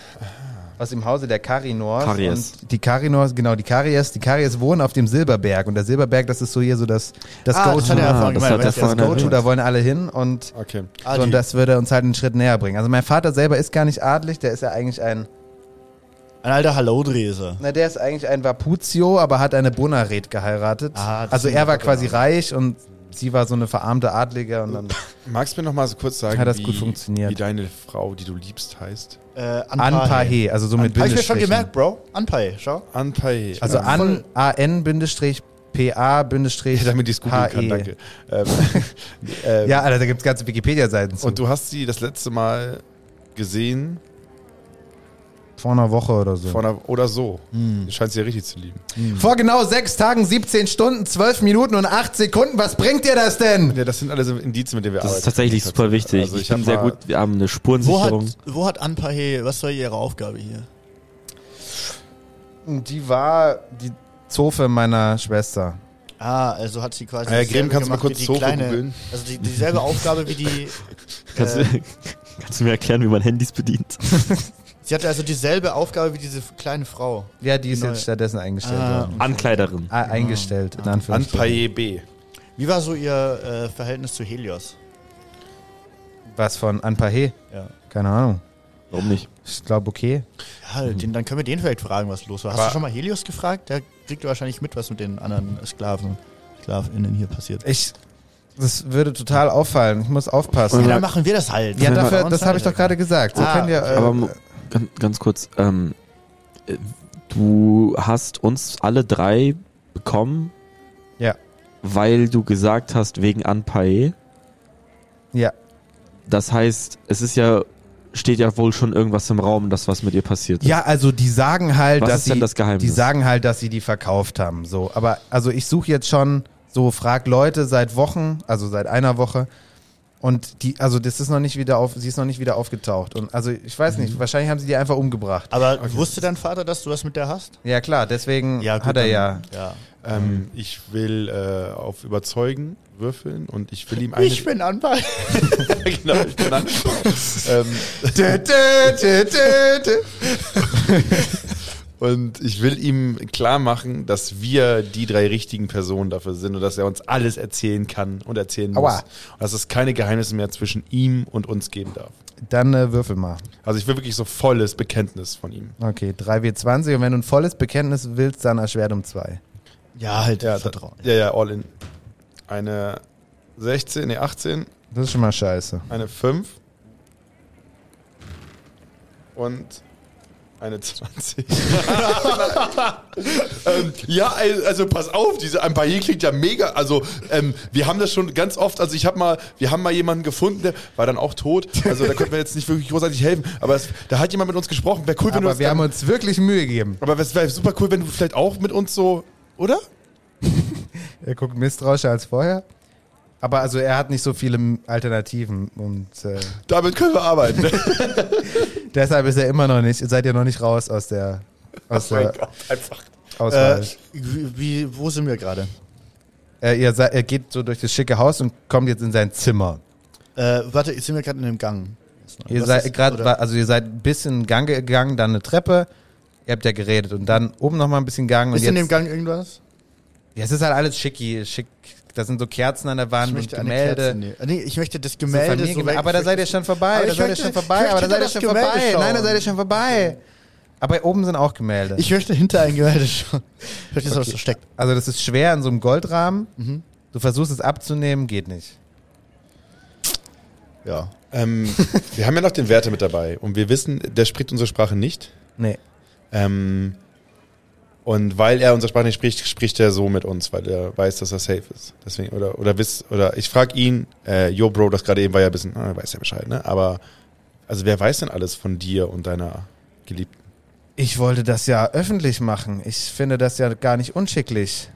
Aus dem Hause der Carinors. Karies. Und die Carinors, genau, die Caries. Die Caries wohnen auf dem Silberberg. Und der Silberberg, das ist so hier so das, das Ah, das Go-To. hat er ja Ah, vorhin das gemeint. hat er Das vorhin das erwähnt. Go-To, da wollen alle hin. Und, Okay. Ah, so, und die- das würde uns halt einen Schritt näher bringen. Also mein Vater selber ist gar nicht adlig. Der ist ja eigentlich ein, Ein alter Hallodri ist er. na, der ist eigentlich ein Vapuzio, aber hat eine Bonaret geheiratet. Ah, das also sind er war aber- quasi reich und sie war so eine verarmte Adlige. Und dann Magst du mir noch mal so kurz sagen, Hat das wie, gut funktioniert. wie deine Frau, die du liebst, heißt? Äh, Anpahe, also so mit Habe ich mir schon Bindestrichen. gemerkt, Bro. Anpahe, schau. Anpai. Also Ähm, an an-pa-he. Ja, damit die es googeln kann, danke. Ähm, ähm, E. Ja, Alter, da gibt's ganze Wikipedia-Seiten zu. Und du hast sie das letzte Mal gesehen vor einer Woche oder so. vor einer, oder so. Du scheinst sie ja richtig zu lieben. Vor genau sechs Tagen, 17 Stunden, 12 Minuten und 8 Sekunden. Was bringt dir das denn? Ja, das sind alles Indizien, mit denen wir Das arbeiten. ist tatsächlich super wichtig. Also ich ich bin hab sehr mal- gut. Wir haben eine Wo hat, Spurensicherung. wo hat Anpahe, was war ihre Aufgabe hier? Die war die Zofe meiner Schwester. Ah, also hat sie quasi. Ah ja, dasselbe Greben, kannst du mal gemacht kurz wie die Zofe kleine- googeln? Also die, dieselbe Aufgabe wie die. Kannst, du, kannst du mir erklären, wie man Handys bedient? Sie hatte also dieselbe Aufgabe wie diese kleine Frau. Ja, die ist Genau. jetzt stattdessen eingestellt Ah, worden. Ankleiderin. Ah, eingestellt, in Anführungsstrichen. Anpaye B. Wie war so ihr äh, Verhältnis zu Helios? Was von Anpahe? Ja. Keine Ahnung. Warum nicht? Ich glaube, okay. ja Mhm. den, dann können wir den vielleicht fragen, was los war. Hast Aber- du schon mal Helios gefragt? Der kriegt wahrscheinlich mit, was mit den anderen Sklaven, Sklavinnen hier passiert. Ich, das würde total auffallen. Ich muss Ja, aufpassen. dann machen wir das halt. Ja, Wenn wir dafür, uns das habe ich doch anstellen. gerade gesagt. So Ah, können wir, äh, Aber mo- ganz, ganz kurz, ähm, äh, du hast uns alle drei bekommen. Ja. Weil du gesagt hast, wegen Anpae. Ja. Das heißt, es ist ja steht ja wohl schon irgendwas im Raum, dass was mit ihr passiert ist. Ja, also die sagen halt, Was dass ist denn sie, das Geheimnis? die sagen halt, dass sie die verkauft haben. So, aber also ich suche jetzt schon so, frag Leute seit Wochen, also seit einer Woche. Und die, also das ist noch nicht wieder auf, sie ist noch nicht wieder aufgetaucht. Und also ich weiß nicht, wahrscheinlich haben sie die einfach umgebracht. Aber wusste dein Vater, dass du was mit der hast? Ja klar, deswegen gut, hat er dann- ja. ja. Ähm, ich will äh, auf Überzeugen würfeln und ich will ihm eine. Ich bin Anwalt. genau, ich bin an. ähm, Dö, dö, dö, dö, dö. und ich will ihm klar machen, dass wir die drei richtigen Personen dafür sind und dass er uns alles erzählen kann und erzählen Aua. muss. Und dass es keine Geheimnisse mehr zwischen ihm und uns geben darf. Dann äh, würfel mal. Also ich will wirklich so volles Bekenntnis von ihm. Okay, 3W20. Und wenn du ein volles Bekenntnis willst, dann erschwert um zwei. Ja, halt, Ja, Vertrauen. Ja, ja, all in. Eine 16, nee, 18, Das ist schon mal scheiße. eine 5 und eine 20. ähm, ja, al- also pass auf, diese Ampaye klingt ja mega. Also ähm, wir haben das schon ganz oft, also ich habe mal, wir haben mal jemanden gefunden, der war dann auch tot. Also da können wir jetzt nicht wirklich großartig helfen, aber es, da hat jemand mit uns gesprochen. Wäre cool, wenn du Aber uns wir dann- haben uns wirklich Mühe gegeben. aber es wäre super cool, wenn du vielleicht auch mit uns so, oder? Er guckt misstrauischer als vorher. Aber also er hat nicht so viele Alternativen und äh, Damit können wir arbeiten. deshalb ist er immer noch nicht, seid ihr noch nicht raus aus der, aus der Oh einfach. Auswahl. Äh, wie, wie- wo sind wir gerade? Äh, ihr sei- er geht so durch das schicke Haus und kommt jetzt in sein Zimmer. Äh, warte, sind wir gerade in dem Gang? Ihr Was seid ist- gerade, oder- war- also ihr seid ein bisschen in Gang gegangen, dann eine Treppe, ihr habt ja geredet und dann oben nochmal ein bisschen Gang und Ist jetzt, in dem Gang irgendwas? Ja, es ist halt alles schicki, schick, da sind so Kerzen an der Ich Wand und möchte eine Gemälde. Kerze nehmen. Ah, Nee, ich möchte das So Gemälde. Familie- weit- aber da ich seid ihr möchte- schon vorbei, Aber da ich seid ihr möchte- schon ich vorbei, möchte aber da da seid ihr das schon Gemälde vorbei. schauen. Nein, da seid ihr schon vorbei. Aber oben sind auch Gemälde. Ich möchte hinter ein Gemälde schauen. Vielleicht ist da was versteckt. also das ist schwer in so einem Goldrahmen. Mhm. Du versuchst es abzunehmen, geht nicht. Ja. Ähm, wir haben ja noch den Werte mit dabei und wir wissen, der spricht unsere Sprache nicht. Nee. Ähm, und weil er unsere Sprache nicht spricht, spricht er so mit uns, weil er weiß, dass er safe ist. Deswegen, oder, oder wiss, oder ich frage ihn, äh, yo Bro, das gerade eben war ja ein bisschen, ah, weiß ja Bescheid, ne? Aber also wer weiß denn alles von dir und deiner Geliebten? Ich wollte das ja öffentlich machen. Ich finde das ja gar nicht unschicklich.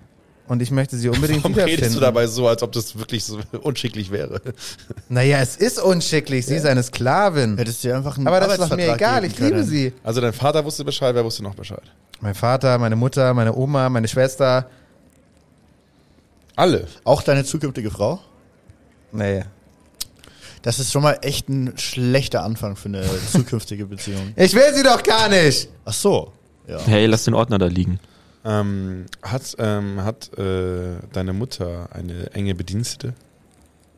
Und ich möchte sie unbedingt Warum wiederfinden. redest du dabei so, als ob das wirklich so unschicklich wäre? Naja, es ist unschicklich. Sie ist eine Sklavin. Hättest du ihr einfach einen Aber das ist doch mir Arbeitsvertrag egal. geben Ich liebe können. sie. Also dein Vater wusste Bescheid, wer wusste noch Bescheid? Mein Vater, meine Mutter, meine Oma, meine Schwester. Alle. Auch deine zukünftige Frau? Nee. Das ist schon mal echt ein schlechter Anfang für eine zukünftige Beziehung. Ich will sie doch gar nicht. Ach so. Ja. Hey, lass den Ordner da liegen. Ähm, hat ähm, hat äh, deine Mutter eine enge Bedienstete?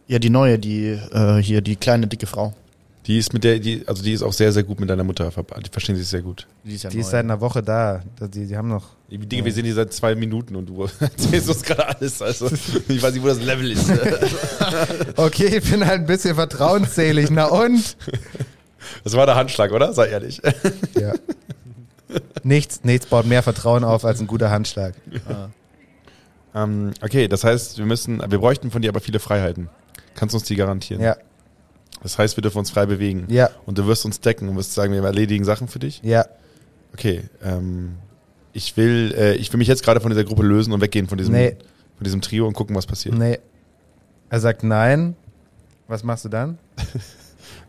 Ja, die neue, die äh, hier, die kleine dicke Frau. Die ist mit der, die, also die ist auch sehr, sehr gut mit deiner Mutter verbunden. Die verstehen sich sehr gut. Die ist ja Die neu. ist seit einer Woche da. Die, die haben noch. Die Dinge, wir sehen die seit zwei Minuten und du erzählst uns gerade alles. Also, ich weiß nicht, wo das Level ist. Okay, ich bin halt ein bisschen vertrauensselig. Na und? Das war der Handschlag, oder? Sei ehrlich. Ja. Nichts, nichts baut mehr Vertrauen auf als ein guter Handschlag. Ähm, okay, das heißt, wir müssen, wir bräuchten von dir aber viele Freiheiten. Kannst du uns die garantieren? Ja, Das heißt, wir dürfen uns frei bewegen. ja, Und du wirst uns decken und wirst sagen, wir erledigen Sachen für dich. ja. Okay, ähm, ich will, äh, ich will mich jetzt gerade von dieser Gruppe lösen und weggehen von diesem, Nee. von diesem Trio und gucken, was passiert. Nee. Er sagt nein. Was machst du dann?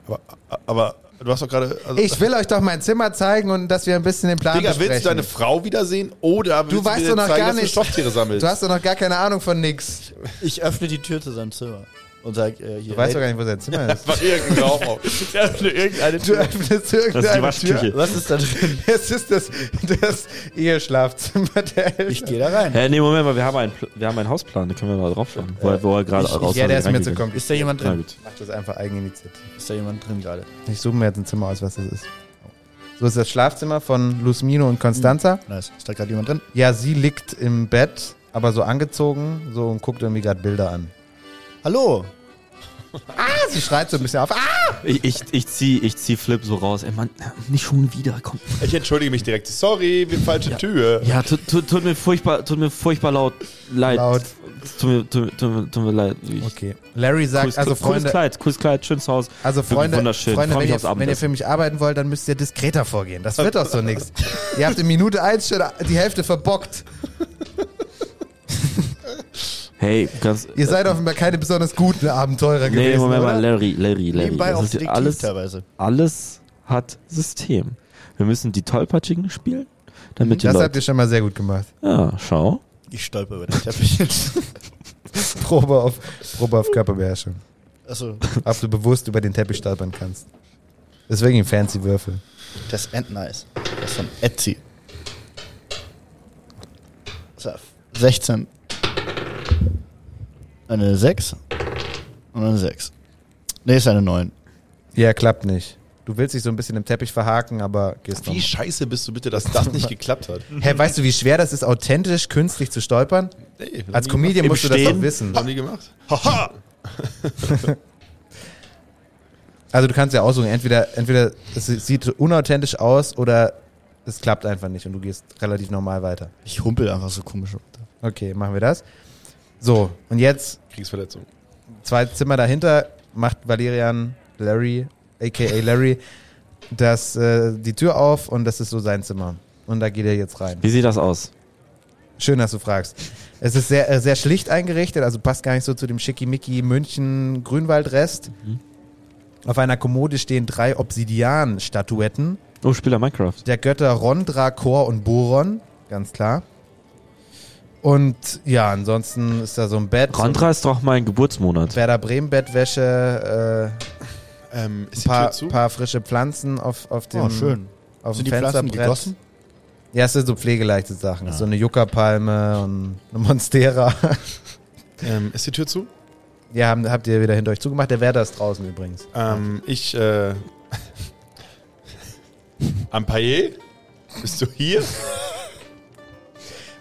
Aber, aber du hast doch gerade. Also, Ich will euch doch mein Zimmer zeigen und dass wir ein bisschen den Plan Digga, willst du besprechen. deine Frau wiedersehen oder willst weißt mir doch noch zeigen, gar dass du nicht. Stofftiere sammelst? Du hast doch noch gar keine Ahnung von nix. Ich öffne die Tür zu seinem Zimmer und sag äh, hier. Du weißt doch hey, gar nicht, wo sein Zimmer ist. War irgendein Raum auf. irgendeine Du öffnest Das ist die irgendeine Waschküche. Tür. was ist da drin? Es ist das, das Eheschlafzimmer der Eltern. Ich gehe da rein. Hä, nee, Moment mal, wir haben einen, Pl- wir haben einen Hausplan, da können wir mal drauf schauen. Wo, er- wo er gerade ich- raus ja, der ist mir zu kommen. Ich Ist da jemand Na drin? gut. mach das einfach eigeninitiativ. Ist da jemand drin gerade? Ich suche mir jetzt ein Zimmer aus, was das ist. So ist das Schlafzimmer von Luzmino und Constanza. Nice. Ist da gerade jemand drin? Ja, sie liegt im Bett, aber so angezogen, so und guckt irgendwie gerade Bilder an. Hallo. Ah, sie schreit so ein bisschen auf. Ah! Ich, ich, ich, zieh, ich zieh Flip so raus. Ey, Mann, nicht schon wieder. Komm. Ich entschuldige mich direkt. Sorry, wir falsche Tür. Ja, tut, tut, tut mir furchtbar, tut mir furchtbar laut leid. Laut. Tut mir, tut, mir- tut, mir- tut mir leid. Ich, Okay. Larry sagt, Cooles, also cooles Freunde, Kleid, cooles Kleid, schönes Haus. also Wirklich Freunde, wunderschön. Freunde Freu wenn, mich ihr, aufs wenn ihr Abendessen. für mich arbeiten wollt, dann müsst ihr diskreter vorgehen. Das wird doch so nichts. Ihr habt in Minute 1 schon die Hälfte verbockt. Hey, ganz. Ihr seid offenbar keine besonders guten Abenteurer gewesen. Nee, Moment oder? mal, Larry, Larry, Larry. Nebenbei auch Das ist selektiv alles, teilweise. alles hat System. Wir müssen die Tollpatschigen spielen, damit die Das habt Leute. ihr schon mal sehr gut gemacht. Ja, schau. Ich stolper über den Teppich. Probe auf, Probe auf Körperbeherrschung. Achso, Ob du bewusst über den Teppich stolpern kannst. Deswegen fancy Würfel. das End Nice. Das ist von Etsy. So, 16. Eine 6 und eine 6. Ne, ist eine 9. Ja, klappt nicht. Du willst dich so ein bisschen im Teppich verhaken, aber gehst Wie noch. scheiße bist du bitte, dass das nicht geklappt hat? Hä, weißt du, wie schwer das ist, authentisch, künstlich zu stolpern? Ey, Als Comedian Im musst du das doch Stehen? wissen. Noch nie gemacht. Haha! Also du kannst ja aussuchen, entweder, entweder es sieht unauthentisch aus oder es klappt einfach nicht und du gehst relativ normal weiter. Ich humpel einfach so komisch runter. Okay, machen wir das. So, und jetzt Kriegsverletzung. zwei Zimmer dahinter macht Valerian Larry, aka Larry, das, äh, die Tür auf und das ist so sein Zimmer. Und da geht er jetzt rein. Wie sieht das aus? Schön, dass du fragst. Es ist sehr, äh, sehr schlicht eingerichtet, also passt gar nicht so zu dem schickimicki München Grünwaldrest. Auf einer Kommode stehen drei Obsidian-Statuetten Oh, Spieler Minecraft. der Götter Rondra, Kor und Boron, ganz klar. Und ja, ansonsten ist da so ein Bett, Rondra ist doch mein so ein Geburtsmonat. Werder Bremen Bettwäsche, äh, Ähm, ist die paar, Tür zu? paar frische Pflanzen auf, auf dem, Oh, schön. Auf Sind dem die Pflanzen Fensterbrett. gegossen? Ja, es sind so pflegeleichte Sachen. So eine Juckerpalme und eine Monstera. Ähm, ist die Tür zu? ja, haben, habt ihr wieder hinter euch zugemacht. Der Werder ist draußen übrigens. Ähm, ich, äh. Ampaye? Bist du hier?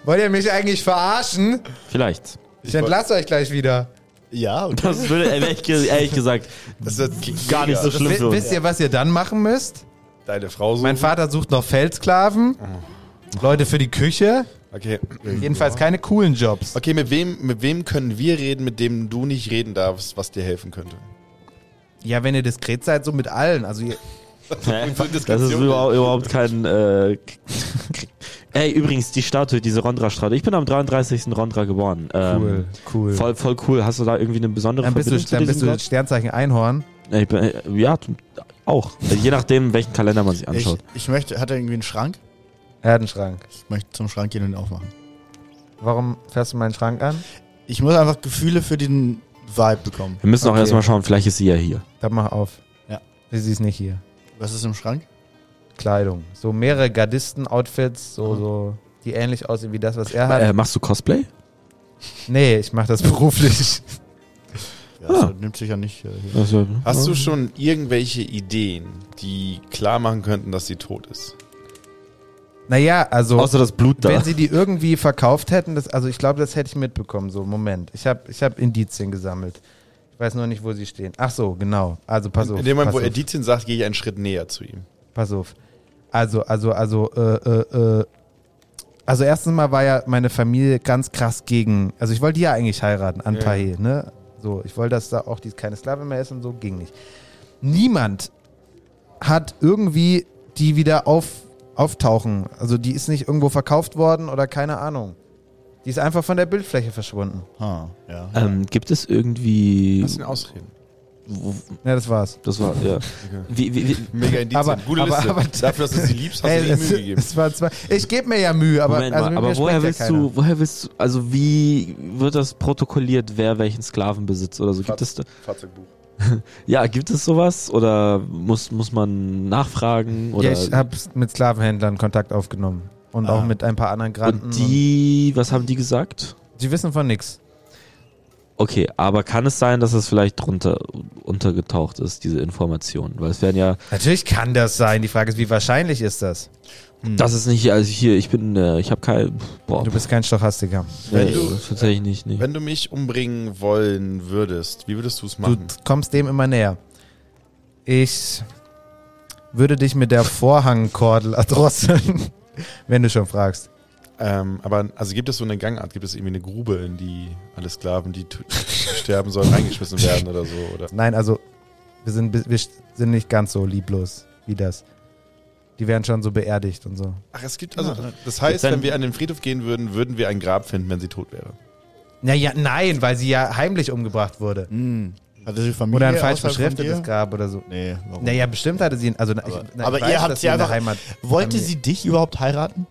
Wollt ihr mich eigentlich verarschen? Vielleicht. Ich entlasse euch gleich wieder. Ja, und Das würde ehrlich, ge- ehrlich gesagt Das ist gar nicht so schlimm Wi- für uns. wisst ihr, was ihr dann machen müsst? Deine Frau so. Mein Vater sucht noch Feldsklaven, Leute für die Küche. Okay. Jedenfalls keine coolen Jobs. Okay, mit wem, mit wem können wir reden, mit dem du nicht reden darfst, was dir helfen könnte? Ja, wenn ihr diskret seid, so mit allen. Also ihr, Äh, Das ist überhaupt, überhaupt kein. Äh, Ey, übrigens, die Statue, diese Rondra-Statue. Ich bin am 33. Rondra geboren. Ähm, cool, cool. Voll, voll cool. Hast du da irgendwie eine besondere dann bist du, Verbindung dann bist zu du diesem Sternzeichen Einhorn. Gott? Ich bin, äh, ja, t- auch. Also Je nachdem, welchen Kalender man sich ich, anschaut. ich möchte, hat er irgendwie einen Schrank? Herdenschrank. Ich möchte zum Schrank gehen und ihn aufmachen. Warum fährst du meinen Schrank an? Ich muss einfach Gefühle für den Vibe bekommen. Wir müssen auch Okay. erstmal schauen, vielleicht ist sie ja hier. Dann mach auf. Ja. Sie ist nicht hier. Was ist im Schrank? Kleidung. So mehrere Gardisten-Outfits, so, so, die ähnlich aussehen wie das, was er hat. Äh, machst du Cosplay? Nee, ich mache das beruflich. Ja, Ah. das nimmt sich ja nicht. Äh, hier. Also, Hast Hm. du schon irgendwelche Ideen, die klar machen könnten, dass sie tot ist? Naja, also. Außer das Blut da. Wenn sie die irgendwie verkauft hätten, das, also ich glaube, das hätte ich mitbekommen. So, Moment. Ich habe ich hab Indizien gesammelt. Ich weiß nur nicht, wo sie stehen. Ach so, genau. Also pass auf. In dem Moment, pass wo auf, er Dietzin sagt, gehe ich einen Schritt näher zu ihm. Pass auf. Also, also, also, äh, äh, äh. Also erstens mal war ja meine Familie ganz krass gegen. Also ich wollte die ja eigentlich heiraten an Ja. Pahe, ne? So, ich wollte, dass da auch die keine Sklave mehr ist und so, ging nicht. Niemand hat irgendwie die wieder auf, auftauchen. Also die ist nicht irgendwo verkauft worden oder keine Ahnung. Die ist einfach von der Bildfläche verschwunden. Ah, ja. Ähm, gibt es irgendwie. Lass ihn ausreden. wo- Ja, das war's. Das war, ja. Wie, wie, wie, Mega Indizien. Aber- Gute aber- Liste. aber- Dafür, dass du sie liebst, hast Ey, du dir es, Mühe gegeben. es war zwei. Ich gebe mir ja Mühe, aber, Moment also mal, mit mir aber woher willst spricht ja keiner. du, woher willst du, also wie wird das protokolliert, wer welchen Sklaven besitzt oder so? Gibt es, da- Fahrzeugbuch. ja, gibt es sowas oder muss, muss man nachfragen oder? Ja, ich habe mit Sklavenhändlern Kontakt aufgenommen. Und Ah. auch mit ein paar anderen Granden. und die, was haben die gesagt? und die wissen von nichts. Okay, aber kann es sein, dass es vielleicht drunter untergetaucht ist, diese Information? Weil es werden ja, Natürlich kann das sein. Die Frage ist, wie wahrscheinlich ist das? Das ist nicht, also hier, ich bin, äh, ich habe kein, boah, Du bist kein Stochastiker. nee, Wenn du- tatsächlich nicht, nee. Wenn du mich umbringen wollen würdest, wie würdest du es Du machen? kommst dem immer näher. Ich würde dich mit der Vorhangkordel erdrosseln, wenn du schon fragst. Ähm, aber also gibt es so eine Gangart, gibt es irgendwie eine Grube, in die alle Sklaven, die t- sterben sollen, eingeschmissen werden oder so? Oder? Nein, also wir sind, wir sind nicht ganz so lieblos wie das. Die werden schon so beerdigt und so. Ach, es gibt also. Das heißt, wenn wir an den Friedhof gehen würden, würden wir ein Grab finden, wenn sie tot wäre. Naja, nein, weil sie ja heimlich umgebracht wurde. Hm. Hatte sie Familie Oder ein falsch außerhalb von beschriftetes dir? Grab oder so. Nee, warum? Naja, bestimmt hatte sie ihn. Also, Aber- ich, na, aber ich ihr habt dass sie in der einfach- Heimat. Wollte Familie- sie dich überhaupt heiraten?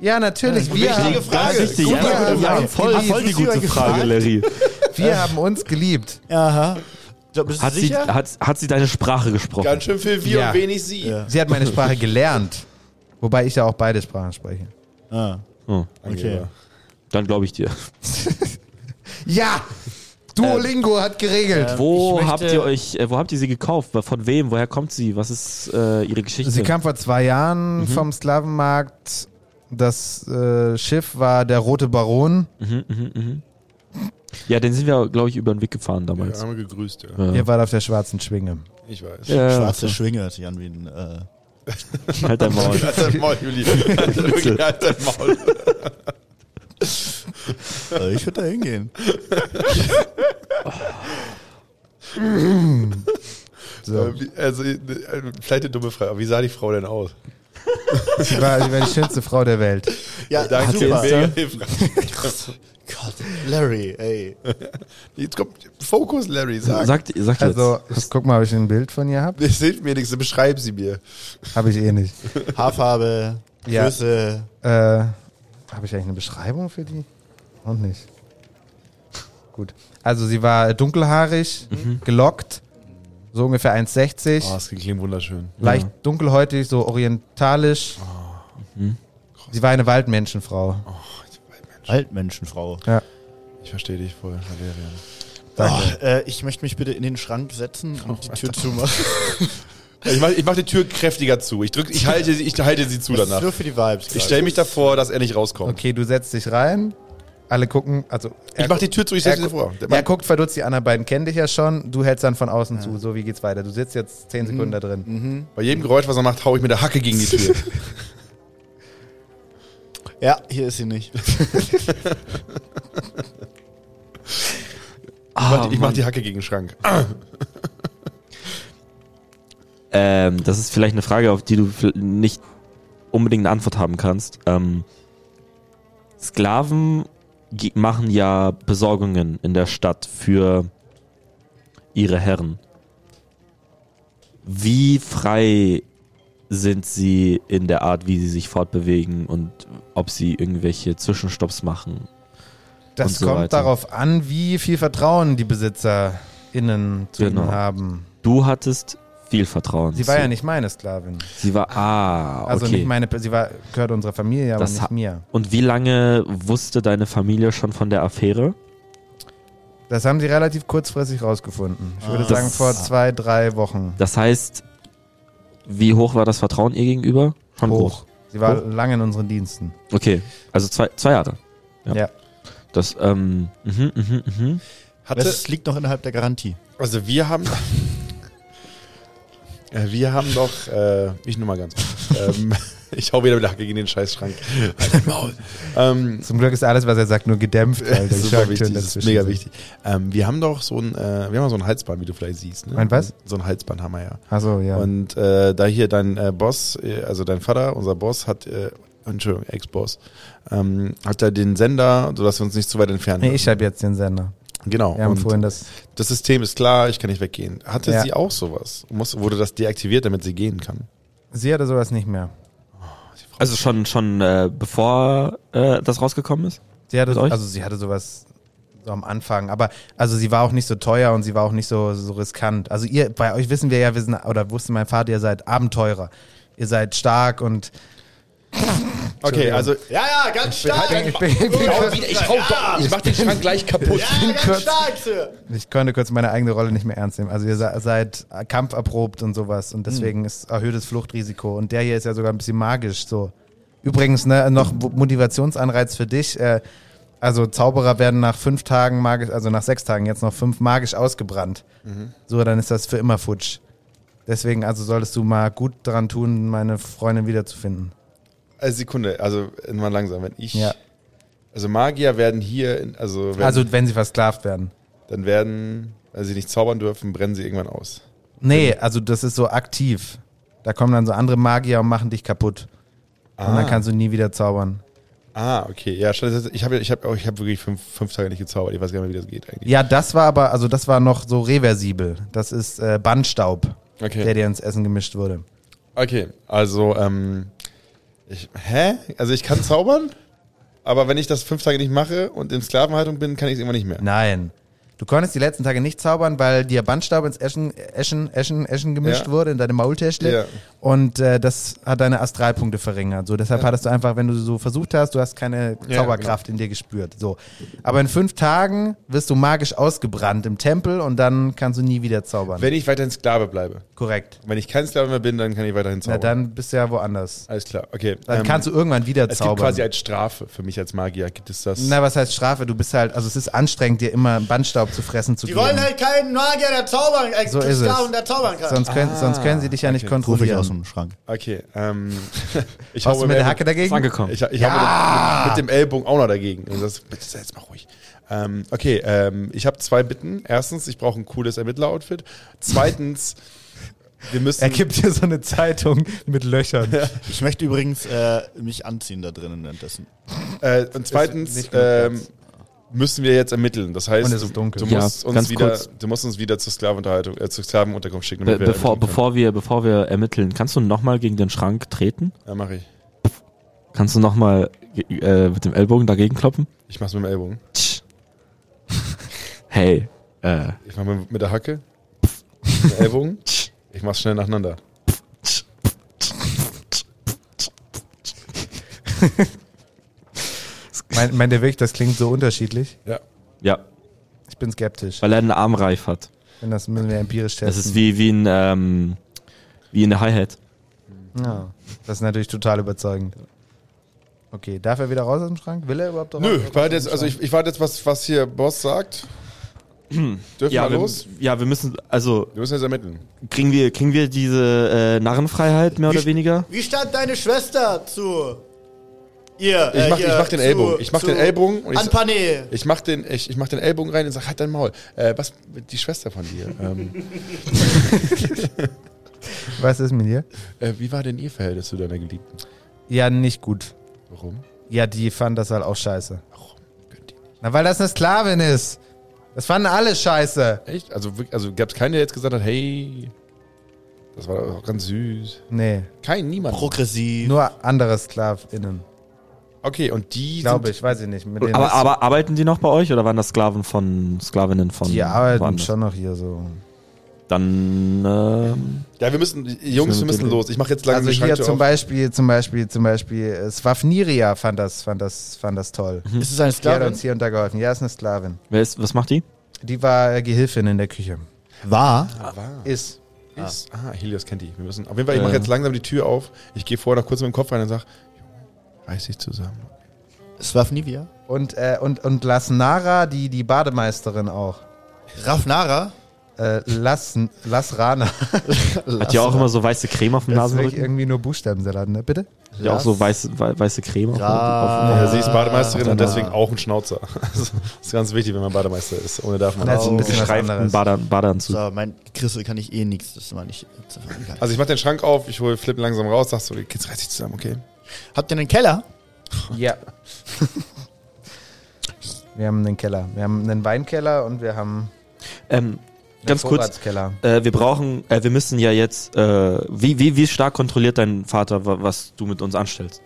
Ja, natürlich. wir haben, Frage. Richtig, Gute ja, Frage. ja, voll, Hast du voll die sie gute mal Frage, gefragt? Larry. wir haben uns geliebt. Aha. So, bist du Hat sie, sicher? hat, hat sie deine Sprache gesprochen? Ganz schön viel wir Ja. und wenig sie. Ja. Sie hat meine Sprache gelernt. Wobei ich ja auch beide Sprachen spreche. Ah. Oh, Okay. dann glaube ich dir. Ja! Duolingo hat geregelt. Wo Ähm, ich habt möchte- ihr euch, äh, wo habt ihr sie gekauft? Von wem? Woher kommt sie? Was ist äh, ihre Geschichte? Sie kam vor zwei Jahren Mhm. vom Sklavenmarkt. Das äh, Schiff war der Rote Baron. Mhm, mhm, mhm. Ja, den sind wir, glaube ich, über den Weg gefahren Wir damals. haben gegrüßt, ja. Ja. Ihr wart auf der schwarzen Schwinge. Ich weiß. Ja, Schwarze Schwinge hört sich an wie ein. Äh, halt dein Maul. Halt dein Maul, Juli. Wirklich, halt dein Maul. äh, ich würde da hingehen. So. Äh, wie- Also, äh, vielleicht eine dumme Frage, aber wie sah die Frau denn aus? Sie war, sie war die schönste Frau der Welt. Ja, Danke, super. mega hilfreich. Gott, Larry, ey. Jetzt kommt Fokus, Larry, sag. Sagt, sagt jetzt. Also, ich guck mal, ob ich ein Bild von ihr habe. Es hilft mir nichts, beschreib sie mir. Habe ich eh nicht. Haarfarbe, Ja. Größe. Äh, habe ich eigentlich eine Beschreibung für die? Auch nicht. Gut. Also sie war dunkelhaarig, Mhm. gelockt, so ungefähr 1,60, Oh, es klingt wunderschön. leicht dunkelhäutig, so orientalisch. Ah. Mhm. Sie war eine Waldmenschenfrau. Altmenschenfrau. Ich verstehe dich voll, Valerian. Danke. Oh, äh, ich möchte mich bitte in den Schrank setzen Oh, und die Tür zumachen. Ich mache ich mach die Tür kräftiger zu. Ich, drück, ich, halte, sie- ich halte sie zu Das ist danach. nur für die Vibes. Ich stelle mich davor, dass er nicht rauskommt. Okay, du setzt dich rein. Alle gucken, also Ich mache die Tür zu, ich er, stelle sie davor. Der er Mann- guckt verdutzt, die anderen beiden kennen dich ja schon. Du hältst dann von außen zu. So, wie geht's weiter? Du sitzt jetzt Mhm. 10 Sekunden da drin. Bei jedem Geräusch, was er macht, hau ich mit der Hacke gegen die Tür. grad. Ja, hier ist sie nicht. ah, Ich mache Mann. die Hacke gegen den Schrank. Ähm, das ist vielleicht eine Frage, auf die du vi- nicht unbedingt eine Antwort haben kannst. Ähm, Sklaven ge- machen ja Besorgungen in der Stadt für ihre Herren. Wie frei sind sie in der Art, wie sie sich fortbewegen und ob sie irgendwelche Zwischenstopps machen? Das und so kommt weiter. darauf an, wie viel Vertrauen die BesitzerInnen zu Genau. ihnen haben. Du hattest viel Vertrauen. Sie war zu- ja nicht meine Sklavin. Sie war ah, Also okay. nicht meine, sie war, gehört unserer Familie, aber Das nicht ha- mir. Und wie lange wusste deine Familie schon von der Affäre? Das haben sie relativ kurzfristig rausgefunden. Ich würde Ah. sagen, Das- vor zwei, drei Wochen. Das heißt, wie hoch war das Vertrauen ihr gegenüber? Schon hoch. Sie war Hoch. lange in unseren Diensten. Okay, also zwei, zwei Jahre. Ja. Ja. Das, ähm, mhm, mhm, mhm. Hatte, Das liegt noch innerhalb der Garantie. also wir haben... Äh, Wir haben doch, äh, ich nur mal ganz kurz. ähm, ich hau wieder mit der Hacke gegen den Scheißschrank. Halt dein Maul. Ähm, Zum Glück ist alles, was er sagt, nur gedämpft. Alter. Ich Super sag wichtig, schon, das ist dazwischen mega sind. wichtig. Ähm, wir haben doch so ein, äh, wir haben so ein Halsband, wie du vielleicht siehst. Ne? Ein was? So ein Halsband haben wir ja. Ach so, ja. Und äh, da hier dein äh, Boss, äh, also dein Vater, unser Boss, hat, äh, Entschuldigung, Ex-Boss, ähm, hat da den Sender, sodass wir uns nicht zu weit entfernen. nee, ähm, müssen. ich habe jetzt den Sender. genau. Wir haben Und vorhin das. das System ist klar, ich kann nicht weggehen. Hatte Ja. sie auch sowas? Muss, wurde das deaktiviert, damit sie gehen kann? Sie hatte sowas nicht mehr. Also schon, schon äh, bevor äh, das rausgekommen ist? Sie hatte, Mit euch? also sie hatte sowas so am Anfang, aber also sie war auch nicht so teuer und sie war auch nicht so, so riskant. Also ihr, bei euch wissen wir ja, wir sind, oder wusste mein Vater, ihr seid Abenteurer. Ihr seid stark und Okay, Entschuldigung. also Ja, ja, ganz stark. ich, bin, halt ich, bin, ich hau doch, ich mach den Schrank gleich kaputt. genau. kurz, stark, Sir. ich konnte kurz meine eigene Rolle nicht mehr ernst nehmen. Also ihr se- seid kampferprobt und sowas und deswegen ist erhöhtes Fluchtrisiko. Und der hier ist ja sogar ein bisschen magisch so. Übrigens, ne, noch Wo- Motivationsanreiz für dich. Äh, also Zauberer werden nach fünf Tagen magisch, also nach sechs Tagen jetzt noch fünf magisch ausgebrannt. So, dann ist das für immer futsch. Deswegen also solltest du mal gut daran tun, meine Freundin wiederzufinden. Also Sekunde, also mal langsam, wenn ich. Ja. Also Magier werden hier, in, also, werden, Also wenn sie versklavt werden. dann werden, weil sie nicht zaubern dürfen, brennen sie irgendwann aus. Nee, also das ist so aktiv. Da kommen dann so andere Magier und machen dich kaputt. Und dann kannst du nie wieder zaubern. Ah, okay. Ja, scheiße, ich habe ich hab, ich hab wirklich fünf, fünf Tage nicht gezaubert. Ich weiß gar nicht mehr, wie das geht eigentlich. Ja, das war aber, also das war noch so reversibel. Das ist äh, Bandstaub, der Okay. dir ins Essen gemischt wurde. Okay, also, ähm, ich, hä? Also ich kann zaubern, aber wenn ich das fünf Tage nicht mache und in Sklavenhaltung bin, kann ich es irgendwann nicht mehr. Nein. Du konntest die letzten Tage nicht zaubern, weil dir Bandstaub ins Eschen, Eschen, Eschen, Eschen gemischt Ja. wurde in deine Maultäschle. Ja. Und äh, das hat deine Astralpunkte verringert. So, deshalb hattest du einfach, wenn du so versucht hast, du hast keine Ja, genau. Zauberkraft in dir gespürt. So. Aber in fünf Tagen wirst du magisch ausgebrannt im Tempel und dann kannst du nie wieder zaubern. Wenn ich weiterhin Sklave bleibe. Korrekt. Wenn ich kein Sklave mehr bin, dann kann ich weiterhin Na, zaubern. dann bist du ja woanders. Alles klar, okay. Dann Ähm, kannst du irgendwann wieder es zaubern. gibt quasi als Strafe für mich als Magier, gibt es das. Na, was heißt Strafe? Du bist halt, also es ist anstrengend, dir immer Bandstaub zu fressen zu Die geben. wollen halt keinen Magier, der zaubern, äh, So ist es. der zaubern kann. sonst, können, sonst können sie dich ja nicht Rufe ich aus kontrollieren. dem Schrank. Okay, ähm. ich Hast du hau mit mir- der Hacke Ist dagegen? angekommen. Ich, ich habe mit, mit dem Ellbogen auch noch dagegen. Und das, bitte sei jetzt mal ruhig. Ähm, okay, ähm, ich habe zwei Bitten. Erstens, ich brauche ein cooles Ermittleroutfit. Zweitens, wir müssen. Er gibt dir so eine Zeitung mit Löchern. Ich möchte übrigens äh, mich anziehen da drinnen währenddessen. Äh, und zweitens nicht genug ähm, müssen wir jetzt ermitteln. Das heißt, Und es du- ist dunkel. Du, Ja, musst uns ganz wieder, kurz. du musst uns wieder zur Sklavenunterhaltung, äh, zur Sklavenunterkunft schicken. Be damit wir bevor, ermitteln bevor, wir, bevor wir ermitteln, kannst du nochmal gegen den Schrank können. treten? Ja, mache ich. Kannst du nochmal äh, mit dem Ellbogen dagegen kloppen? Ich mach's mit dem Ellbogen. Tsch. hey, äh, Ich mach mit, mit der Hacke. Mit dem Ellbogen. Ich mach's schnell nacheinander. Meint meint ihr wirklich, das klingt so unterschiedlich? ja, Ich bin skeptisch. weil er einen Arm reif hat. Denn das müssen wir empirisch testen. Das ist wie, wie ein, ähm, wie in der Hi-Hat. Ja. Das ist natürlich total überzeugend. Okay, darf er wieder raus aus dem Schrank? Will er überhaupt raus? Nö, ich warte jetzt, also ich, ich warte jetzt, was, was hier Boss sagt. Dürfen wir wir, los? ja, wir müssen, also, Wir müssen jetzt ermitteln. kriegen wir, kriegen wir diese äh, Narrenfreiheit, mehr oder Ich- weniger? Wie stand deine Schwester zu ihr? Äh, Ich mach- ich mach den Ellbogen. Ich mach den Ellbogen und Und ich- an Panel. Ich mach den, ich, ich mach den Ellbogen rein und sag, halt dein Maul. Äh, was, die Schwester von dir. ähm, Was ist mit dir? äh, wie war denn ihr Verhältnis zu deiner Geliebten? Ja, nicht gut. Warum? Ja, die fanden das halt auch scheiße. Na, weil das eine Sklavin ist. Das fanden alle scheiße. Echt? Also, wirk- also gab es keinen, der jetzt gesagt hat, hey, das war doch ganz süß. Nee, Kein, niemand. Progressiv. nur andere SklavInnen. Okay, und die Glaube sind, ich, weiß ich nicht. Mit denen Aber, ist- aber arbeiten die noch bei euch oder waren das Sklaven von, Sklavinnen von? die arbeiten woanders? schon noch hier so. Dann, ähm, Ja, wir müssen, Jungs, wir müssen los. Ich mach jetzt langsam Also den hier Schranktür zum auf. Beispiel, zum Beispiel, zum Beispiel, äh, Swafniria fand das, fand das, fand das toll. Ist es eine Die hat Sklavin? uns hier und da geholfen. Ja, ist eine Sklavin. wer ist, was macht die? Die war äh, Gehilfin in der Küche. War. Ist. Ist- Ah, Helios kennt die. Wir müssen, auf jeden Fall, ich Ja. mache jetzt langsam die Tür auf. Ich gehe vorher noch kurz mit dem Kopf rein und sag, Junge, reiß dich zusammen. Swafnivia. Und, äh, und, und Lasnara, die, die Bademeisterin auch. Rafnara. Äh, Las, Lasrana. Hat die auch immer so weiße Creme auf dem Das ist wirklich Nasenrücken? irgendwie nur Buchstabensalat, ne? Bitte? Hat die auch so weiße, wei- weiße Creme auf, dem- auf Ah, dem Ja, sie ist Bademeisterin und deswegen auch ein Schnauzer. Also, das ist ganz wichtig, wenn man Bademeister ist. Ohne darf man Das ist ein Oh. bisschen was geschreiften anderes. Bader, Badeanzug. So, mein Christel kann ich eh nichts. Das war nicht. Das war egal. Also ich mach den Schrank auf, ich hole Flip langsam raus, sag so, jetzt reiß dich zusammen, okay? Habt ihr einen Keller? Ja. wir haben einen Keller. Wir haben einen Weinkeller und wir haben Ähm, einen ganz kurz, Vorratskeller. äh, wir brauchen, äh, wir müssen ja jetzt, äh, wie, wie, wie stark kontrolliert dein Vater, wa- was du mit uns anstellst?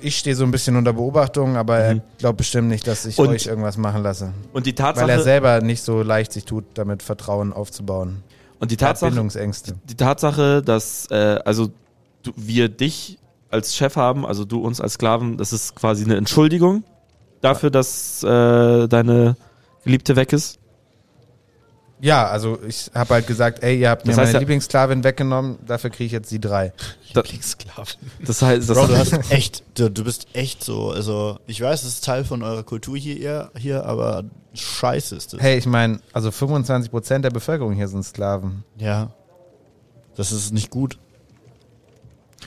Ich stehe so ein bisschen unter Beobachtung, aber er Mhm. glaubt bestimmt nicht, dass ich Und- euch irgendwas machen lasse. Und die Weil er Tatsache, selber nicht so leicht sich tut, damit Vertrauen aufzubauen. und die Er hat Tatsache, Bindungsängste. die Tatsache, dass äh, also du, wir dich als Chef haben, also du uns als Sklaven, das ist quasi eine Entschuldigung dafür, dass äh, deine Geliebte weg ist. Ja, also ich habe halt gesagt, ey, ihr habt mir Das heißt meine ja- Lieblingssklavin weggenommen, dafür kriege ich jetzt die drei. Sklaven. Das heißt, das Bro, Oh, du hast echt, du, du bist echt so, also ich weiß, es ist Teil von eurer Kultur hier, eher, hier aber scheiße ist das. Hey, ich meine, also 25% der Bevölkerung hier sind Sklaven. Ja. Das ist nicht gut.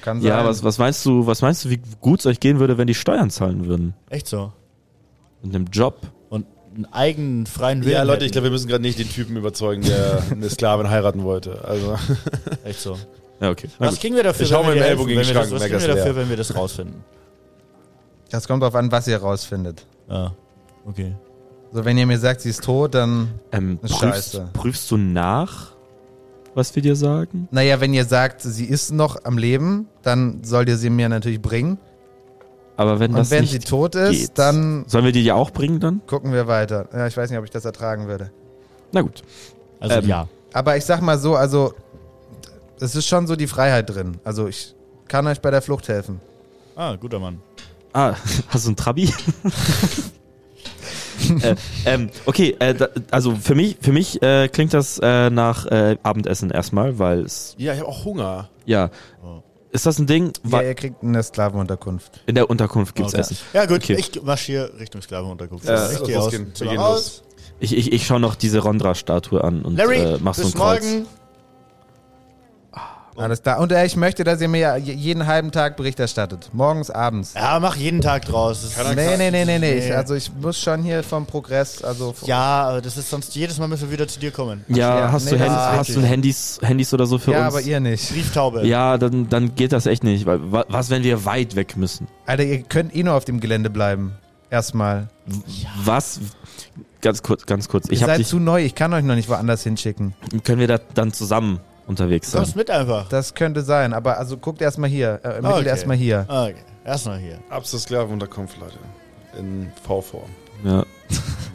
Kann sein. ja, was, was meinst du, was meinst du, wie gut es euch gehen würde, wenn die Steuern zahlen würden? Echt so. Mit einem Job? Und einen eigenen freien Willen. Ja, Leute, ich hätten. glaube, wir müssen gerade nicht den Typen überzeugen, der eine Sklavin heiraten wollte. Also, Echt so. Ja, okay. Na Was gut. kriegen wir dafür, Ich hau wenn wir mir den dir Ellbogen helfen, gegen wenn wir das- den was Schrank, kriegen wir merk das dafür, leer. wenn wir das rausfinden? Das kommt drauf an, was ihr rausfindet. Ah, okay. So, wenn ihr mir sagt, sie ist tot, dann. Ähm, Ist prüfst, scheiße. prüfst du nach, was wir dir sagen? Naja, wenn ihr sagt, sie ist noch am Leben, dann sollt ihr sie mir natürlich bringen. Aber wenn Und das wenn nicht sie tot ist, geht, dann sollen wir die ja auch bringen dann? gucken wir weiter. Ja, ich weiß nicht, ob ich das ertragen würde. Na gut. Also Ähm, ja. Aber ich sag mal so, also es ist schon so die Freiheit drin. Also ich kann euch bei der Flucht helfen. Ah, guter Mann. Ah, hast du einen Trabi? äh, ähm, okay, äh, da, also für mich, für mich äh, klingt das äh, nach äh, Abendessen erstmal, weil es ja, ich habe auch Hunger. ja Oh. ist das ein Ding? Ja, Wa- ihr kriegt eine Sklavenunterkunft. In der Unterkunft gibt's Ah, Okay. Essen. Ja gut, Okay. ich marschiere Richtung Sklavenunterkunft. Lass ich uns gehe aus. losgehen. Zimmer Wir gehen raus. Ich, ich, ich schaue noch diese Rondra-Statue an und Larry, äh, mach so ein bis Kreuz. morgen. Alles da. Und äh, ich möchte, dass ihr mir ja je- jeden halben Tag Bericht erstattet. Morgens, abends. Ja, mach jeden Tag draus. Das ist- Nee, nee, nee, nee, nee. Ich, also ich muss schon hier vom Progress, also vom- Ja, aber das ist sonst jedes Mal müssen wir wieder zu dir kommen. Ja, Ja, hast, nee, du das Hand- ist hast du richtig. Handys, Handys oder so für ja uns? aber ihr nicht. Brieftaube. ja, dann, dann geht das echt nicht. Weil, wa- was, wenn wir weit weg müssen? Alter, ihr könnt eh nur auf dem Gelände bleiben. Erstmal. Was? Ganz kurz, ganz kurz. Ich ihr hab seid dich, zu neu, ich kann euch noch nicht woanders hinschicken. können wir da dann zusammen unterwegs Du sein? kommst mit einfach. Das könnte sein, aber also guckt erstmal hier. Äh, ermittelt Okay. erstmal hier. Ah, Okay. Erstmal hier. Ab zur Sklavenunterkunft, Leute. In V-Form. Ja.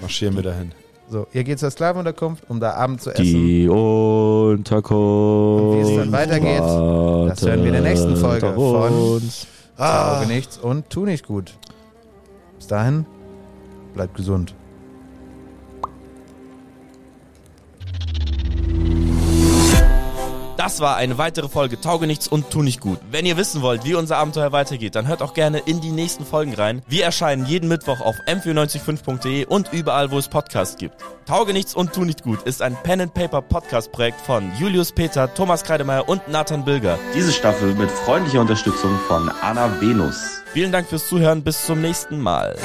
Marschieren wir dahin. So, ihr geht zur Sklavenunterkunft, um da Abend zu essen. Die Und wie es dann Unterkunft. weitergeht, das hören wir in der nächsten Folge wartet auf uns. Ah, Tauge nichts und tu nicht gut. Bis dahin, bleibt gesund. Das war eine weitere Folge Tauge nichts und tu nicht gut. Wenn ihr wissen wollt, wie unser Abenteuer weitergeht, dann hört auch gerne in die nächsten Folgen rein. Wir erscheinen jeden Mittwoch auf m495.de und überall, wo es Podcasts gibt. Tauge nichts und tu nicht gut ist ein Pen and Paper Podcast Projekt von Julius Peter, Thomas Kreidemeier und Nathan Bilger. Diese Staffel mit freundlicher Unterstützung von Anna Venus. Vielen Dank fürs Zuhören, bis zum nächsten Mal.